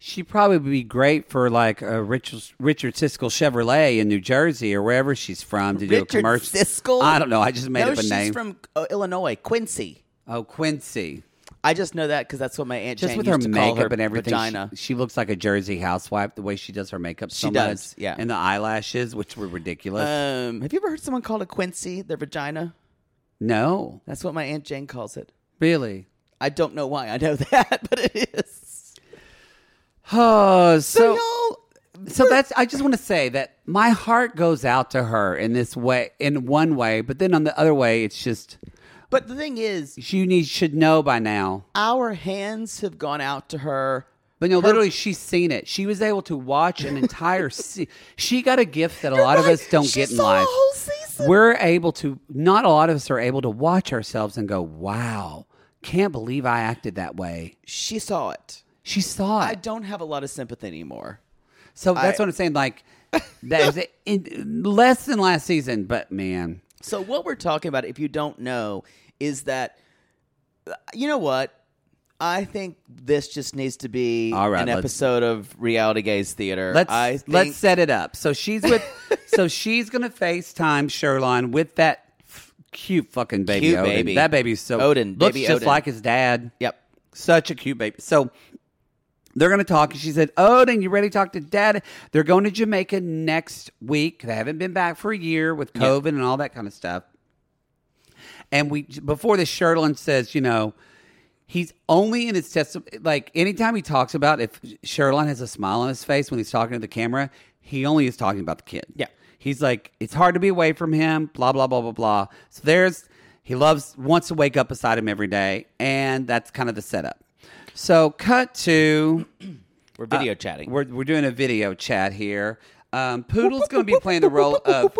Speaker 3: She'd probably be great for like a Richard, Richard Siskel Chevrolet in New Jersey or wherever she's from to do a
Speaker 2: Richard
Speaker 3: commercial.
Speaker 2: Siskel?
Speaker 3: I don't know. I just made
Speaker 2: no,
Speaker 3: up a
Speaker 2: she's
Speaker 3: name.
Speaker 2: from uh, Illinois, Quincy.
Speaker 3: oh, Quincy.
Speaker 2: I just know that because that's what my aunt
Speaker 3: Just
Speaker 2: Jane
Speaker 3: with her
Speaker 2: used to call
Speaker 3: makeup
Speaker 2: her
Speaker 3: and everything,
Speaker 2: Vagina.
Speaker 3: She, she looks like a Jersey housewife. The way she does her makeup, so
Speaker 2: She does,
Speaker 3: much,
Speaker 2: yeah.
Speaker 3: and the eyelashes, which were ridiculous.
Speaker 2: um, have you ever heard someone call a Quincy their vagina?
Speaker 3: no,
Speaker 2: That's what my aunt Jane calls it.
Speaker 3: really.
Speaker 2: I don't know why I know that, but it is.
Speaker 3: Oh,
Speaker 2: So,
Speaker 3: so so that's i just want to say that my heart goes out to her in this way in one way but then on the other way it's just
Speaker 2: but the thing is,
Speaker 3: she needs should know by now
Speaker 2: our hands have gone out to her.
Speaker 3: But no, literally, she's seen it. She was able to watch an entire. se- she got a gift that a lot of us don't
Speaker 2: She
Speaker 3: get in
Speaker 2: saw a
Speaker 3: life.
Speaker 2: whole season.
Speaker 3: We're able to. Not a lot of us are able to watch ourselves and go, "Wow, can't believe I acted that way."
Speaker 2: She saw it.
Speaker 3: She saw
Speaker 2: I
Speaker 3: it.
Speaker 2: don't have a lot of sympathy anymore.
Speaker 3: So that's what I'm saying. Like that is in, less than last season, but man,
Speaker 2: So what we're talking about, if you don't know, is that you know what? I think this just needs to be
Speaker 3: All right,
Speaker 2: an
Speaker 3: let's-
Speaker 2: episode of Reality Gaze Theater.
Speaker 3: Let's
Speaker 2: I think,
Speaker 3: let's set it up. So she's with. so she's gonna FaceTime Sherline with that f- cute fucking baby.
Speaker 2: Cute
Speaker 3: Odin.
Speaker 2: baby.
Speaker 3: That baby's so
Speaker 2: Odin,
Speaker 3: looks
Speaker 2: baby
Speaker 3: just
Speaker 2: Odin.
Speaker 3: like his dad.
Speaker 2: Yep.
Speaker 3: Such a cute baby. So they're going to talk. And she said, Odin, you ready to talk to dad? They're going to Jamaica next week. They haven't been back for a year with COVID and all that kind of stuff. And we, before this, Sherlyn says, you know, he's only in his test, like anytime he talks about if Sherlyn has a smile on his face when he's talking to the camera, he only is talking about the kid.
Speaker 2: Yeah.
Speaker 3: He's like, it's hard to be away from him, blah, blah, blah, blah, blah. So there's, he loves, wants to wake up beside him every day. And that's kind of the setup. So cut to
Speaker 2: We're video chatting.
Speaker 3: Uh, we're, we're doing a video chat here. Um, Poodle's going to be playing the role of,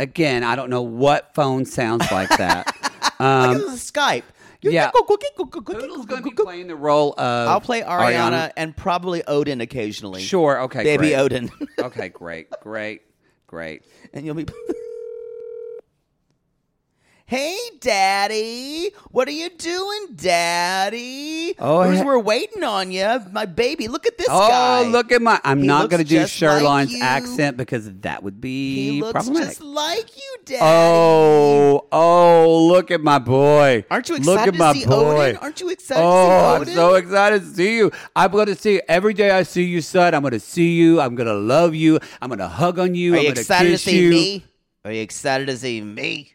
Speaker 3: again, I don't know what phone sounds like that.
Speaker 2: this is Skype.
Speaker 3: Um, yeah. Poodle's
Speaker 2: Poodle's
Speaker 3: going to be playing the role of.
Speaker 2: I'll play Ariana, and probably Odin occasionally.
Speaker 3: Sure. Okay.
Speaker 2: Baby
Speaker 3: great.
Speaker 2: Odin.
Speaker 3: okay. Great. Great. Great.
Speaker 2: and you'll be Hey daddy, what are you doing, daddy?
Speaker 3: Oh,
Speaker 2: we're,
Speaker 3: he-
Speaker 2: we're waiting on you. My baby, look at this
Speaker 3: oh,
Speaker 2: guy.
Speaker 3: look at my. I'm
Speaker 2: He
Speaker 3: not
Speaker 2: looks
Speaker 3: going to do
Speaker 2: just like
Speaker 3: Sherlon's
Speaker 2: you.
Speaker 3: accent because that would be
Speaker 2: He looks
Speaker 3: problematic.
Speaker 2: just like you, daddy.
Speaker 3: Oh, oh, look at my boy.
Speaker 2: Aren't you
Speaker 3: Look
Speaker 2: excited
Speaker 3: at
Speaker 2: to
Speaker 3: my
Speaker 2: see
Speaker 3: boy.
Speaker 2: Odin? Aren't you excited to see
Speaker 3: Oh, I'm
Speaker 2: Odin?
Speaker 3: so excited to see you. I'm going to see you. Every day I see you, son, I'm going to see you. I'm going to love you. I'm going to hug on you.
Speaker 2: Are
Speaker 3: I'm
Speaker 2: you
Speaker 3: gonna
Speaker 2: excited to
Speaker 3: kiss
Speaker 2: see
Speaker 3: you.
Speaker 2: me? Are you excited to see me?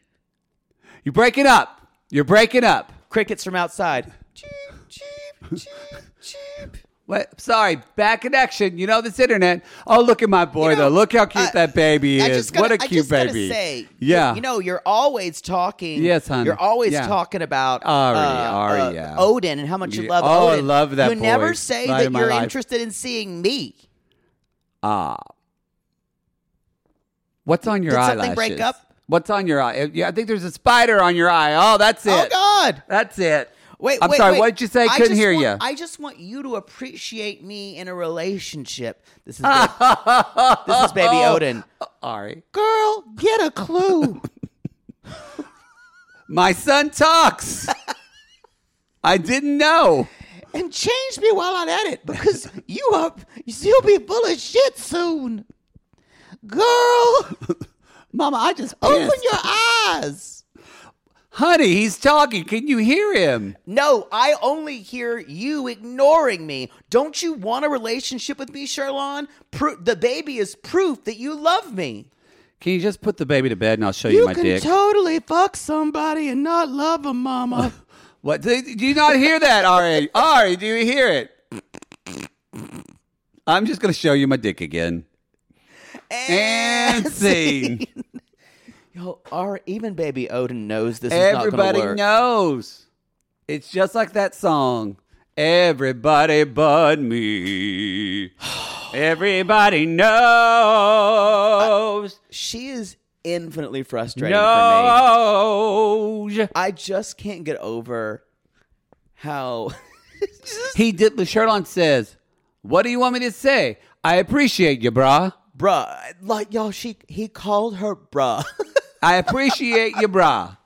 Speaker 3: You're breaking up. You're breaking up.
Speaker 2: Crickets from outside.
Speaker 3: What? Sorry, bad connection. You know this internet. Oh, look at my boy,
Speaker 2: You know,
Speaker 3: though. Look how cute
Speaker 2: I-
Speaker 3: that baby
Speaker 2: I
Speaker 3: is.
Speaker 2: just gotta-
Speaker 3: what a
Speaker 2: I
Speaker 3: cute
Speaker 2: just gotta
Speaker 3: baby.
Speaker 2: say,
Speaker 3: yeah.
Speaker 2: You know, you're always talking.
Speaker 3: Yes, honey.
Speaker 2: You're always
Speaker 3: Yeah.
Speaker 2: talking about
Speaker 3: Ari,
Speaker 2: uh,
Speaker 3: Ari,
Speaker 2: uh,
Speaker 3: yeah.
Speaker 2: Odin and how much you
Speaker 3: Yeah.
Speaker 2: love
Speaker 3: Oh, I
Speaker 2: Odin.
Speaker 3: love that
Speaker 2: You never
Speaker 3: voice.
Speaker 2: say
Speaker 3: Light
Speaker 2: that
Speaker 3: of my
Speaker 2: you're
Speaker 3: life.
Speaker 2: interested in seeing me.
Speaker 3: What's on your
Speaker 2: Did
Speaker 3: eyelashes?
Speaker 2: something break up?
Speaker 3: What's on your eye? Uh, Yeah, I think there's a spider on your eye. Oh, that's it.
Speaker 2: Oh, God.
Speaker 3: That's it.
Speaker 2: Wait,
Speaker 3: I'm
Speaker 2: wait,
Speaker 3: sorry.
Speaker 2: wait.
Speaker 3: What did you say?
Speaker 2: I
Speaker 3: Couldn't
Speaker 2: just
Speaker 3: hear
Speaker 2: want-
Speaker 3: you.
Speaker 2: I just want you to appreciate me in a relationship. This is ba- this is baby Odin.
Speaker 3: Ari,
Speaker 2: Girl, get a clue.
Speaker 3: my son talks. I didn't know.
Speaker 2: and change me while I'm at it because you are you'll be full of shit soon. Girl,
Speaker 3: Mama, I just
Speaker 2: open
Speaker 3: pissed.
Speaker 2: your eyes.
Speaker 3: honey. He's talking. Can you hear him?
Speaker 2: No, I only hear you ignoring me. Don't you want a relationship with me, Sherlon? Pro- the baby is proof that you love me.
Speaker 3: Can you just put the baby to bed and I'll show you,
Speaker 2: You
Speaker 3: my
Speaker 2: can
Speaker 3: dick?
Speaker 2: totally fuck somebody and not love them, mama.
Speaker 3: What? Do, do you not hear that, Ari? Ari, do you hear it? I'm just going to show you my dick again. And scene.
Speaker 2: Yo, or even baby Odin knows this
Speaker 3: Everybody knows. It's just like that song. Everybody but me. Everybody knows.
Speaker 2: She is infinitely frustrating for me.
Speaker 3: Knows.
Speaker 2: I just can't get over how
Speaker 3: He did. Sherlon says, "What do you want me to say? I appreciate you, brah.
Speaker 2: bruh like y'all she he called her bruh.
Speaker 3: I appreciate you, brah."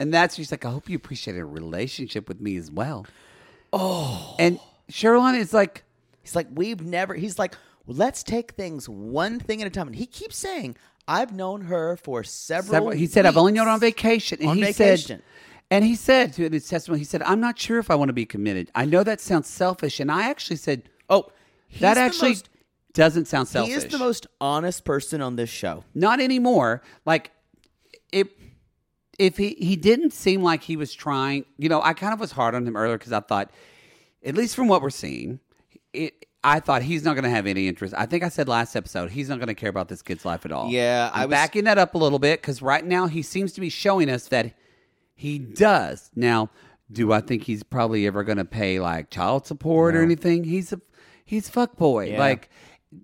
Speaker 3: And that's she's like, "I hope you appreciate a relationship with me as well." Oh, and Sherlon is like,
Speaker 2: he's like, we've never he's like, let's take things one thing at a time. And he keeps saying, I've known her for several,
Speaker 3: Several- he said, "I've only known her on
Speaker 2: weeks."
Speaker 3: vacation." And
Speaker 2: On
Speaker 3: he
Speaker 2: vacation.
Speaker 3: said, and he said to in his testimony, he said, "I'm not sure if I want to be committed. I know that sounds selfish." And I actually said,
Speaker 2: Oh, he's
Speaker 3: that
Speaker 2: the
Speaker 3: actually
Speaker 2: most-
Speaker 3: doesn't sound selfish."
Speaker 2: he is the most honest person on this show.
Speaker 3: not anymore. Like it. If he, he didn't seem like he was trying, you know, I kind of was hard on him earlier because I thought, at least from what we're seeing, it, I thought he's not going to have any interest. I think I said last episode he's not going to care about this kid's life at all.
Speaker 2: Yeah,
Speaker 3: I'm
Speaker 2: I was-
Speaker 3: backing that up a little bit because right now he seems to be showing us that he does. Now, do I think he's probably ever going to pay like child support or anything? He's a he's fuck boy. Like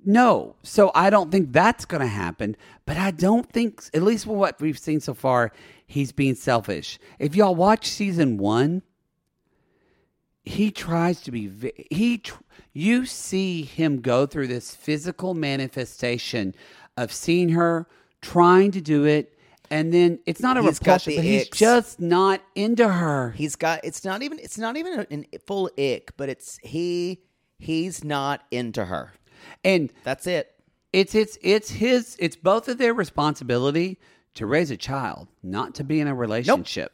Speaker 3: no, so I don't think that's going to happen. But I don't think, at least from what we've seen so far, he's being selfish. If y'all watch season one, he tries to be ve- he tr- you see him go through this physical manifestation of seeing her trying to do it, and then it's not a
Speaker 2: He's got
Speaker 3: repulsion,
Speaker 2: the
Speaker 3: but he's
Speaker 2: icks.
Speaker 3: just not into her.
Speaker 2: He's got it's not even it's not even an full ick, but it's he he's not into her.
Speaker 3: and
Speaker 2: That's it.
Speaker 3: it's it's it's his it's both of their responsibility to raise a child, not to be in a relationship.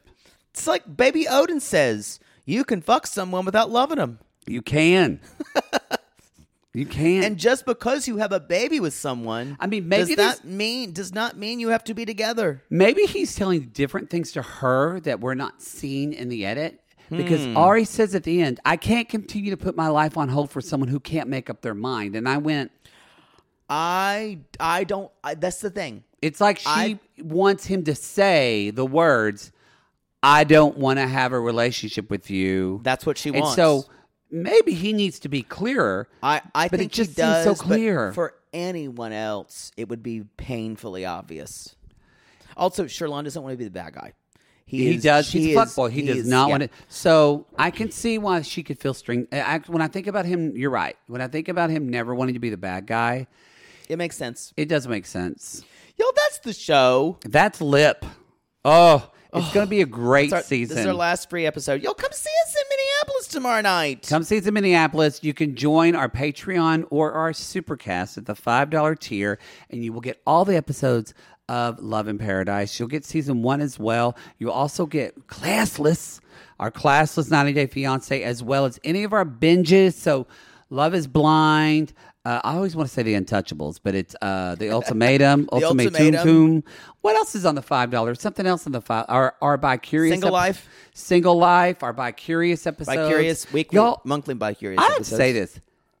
Speaker 2: It's like baby Odin says, you can fuck someone without loving them.
Speaker 3: You can. you can.
Speaker 2: And just because you have a baby with someone,
Speaker 3: I mean,
Speaker 2: does
Speaker 3: maybe this-
Speaker 2: that mean does not mean you have to be together.
Speaker 3: Maybe he's telling different things to her that were not seen in the edit. Because
Speaker 2: Hmm.
Speaker 3: Ari says at the end, I can't continue to put my life on hold for someone who can't make up their mind. And I went,
Speaker 2: I I don't. I, that's the thing.
Speaker 3: it's like she
Speaker 2: I-
Speaker 3: wants him to say the words, I don't want to have a relationship with you.
Speaker 2: That's what she
Speaker 3: and
Speaker 2: wants.
Speaker 3: so maybe he needs to be clearer.
Speaker 2: I I
Speaker 3: but
Speaker 2: think
Speaker 3: it just
Speaker 2: he does,
Speaker 3: seems so
Speaker 2: but
Speaker 3: clear.
Speaker 2: for anyone else. It would be painfully obvious. Also, Sherlon doesn't want to be the bad guy.
Speaker 3: he
Speaker 2: is-
Speaker 3: does.
Speaker 2: she
Speaker 3: He's
Speaker 2: is-
Speaker 3: a fuckboy. He, does
Speaker 2: is-
Speaker 3: not
Speaker 2: yeah.
Speaker 3: want to. So I can see why she could feel string. I, when I think about him, you're right. When I think about him never wanting to be the bad guy,
Speaker 2: It makes sense.
Speaker 3: It does make sense.
Speaker 2: Yo, that's the show.
Speaker 3: That's lip. Oh, it's going to be a great
Speaker 2: It's our-
Speaker 3: season.
Speaker 2: This is our last free episode. Yo, come see us in Minneapolis tomorrow night.
Speaker 3: Come see us in Minneapolis. You can join our Patreon or our Supercast at the $5 tier, and you will get all the episodes of Love in Paradise. You'll get season one as well. You'll also get Classless, our Classless 90 Day Fiance, as well as any of our binges. So, Love is Blind. Uh, I always want to say The Untouchables, but it's uh, The Ultimatum, Ultimatum.
Speaker 2: Ultimatum.
Speaker 3: Toom. What else is on the $5? Something else on the five. Our, our By Curious.
Speaker 2: Single Life.
Speaker 3: Single Life, our By Curious episode
Speaker 2: By
Speaker 3: episodes.
Speaker 2: Curious Weekly,
Speaker 3: Y'all,
Speaker 2: monthly By Curious.
Speaker 3: I don't
Speaker 2: episodes.
Speaker 3: say this.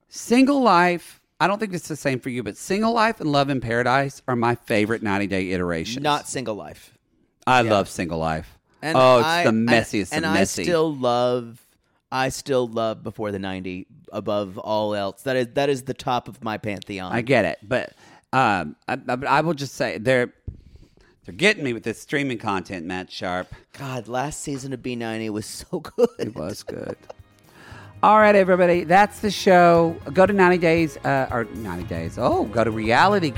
Speaker 3: Single Life. I don't think it's the same for you, but Single Life and Love in Paradise are my favorite 90 day iterations.
Speaker 2: Not single life.
Speaker 3: I love Single Life. oh, it's
Speaker 2: I-
Speaker 3: the
Speaker 2: and-
Speaker 3: messiest
Speaker 2: And,
Speaker 3: of messy.
Speaker 2: I still love. I still love before the ninety above all else. That is that is the top of my pantheon.
Speaker 3: I get it, but um, I, I, I will just say they're they're getting me with this streaming content, Matt Sharp.
Speaker 2: God, last season of B ninety was so good.
Speaker 3: It was good. All right, everybody, that's the show. Go to 90 Days, uh, or 90 Days. Oh, go to realitygaze.com.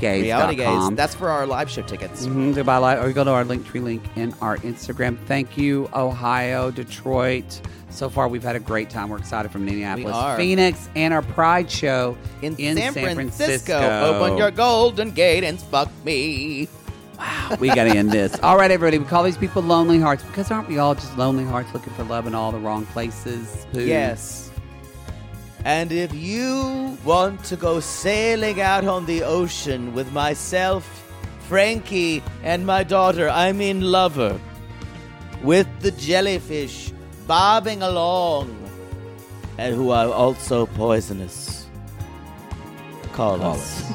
Speaker 2: Reality Gaze. That's for our live show tickets.
Speaker 3: Mm-hmm, to buy live, or go to our Linktree link in our Instagram. Thank you, Ohio, Detroit. So far, we've had a great time. We're excited from Minneapolis,
Speaker 2: We are.
Speaker 3: Phoenix, and our Pride show
Speaker 2: In,
Speaker 3: in
Speaker 2: San, Francisco. open your golden gate and fuck me.
Speaker 3: we got to end this. All right, everybody. We call these people lonely hearts because aren't we all just lonely hearts looking for love in all the wrong places? Pooh?
Speaker 2: Yes. And if you want to go sailing out on the ocean with myself, Frankie, and my daughter, I mean lover, with the jellyfish bobbing along, and who are also poisonous, call,
Speaker 3: Call
Speaker 2: us.
Speaker 3: us.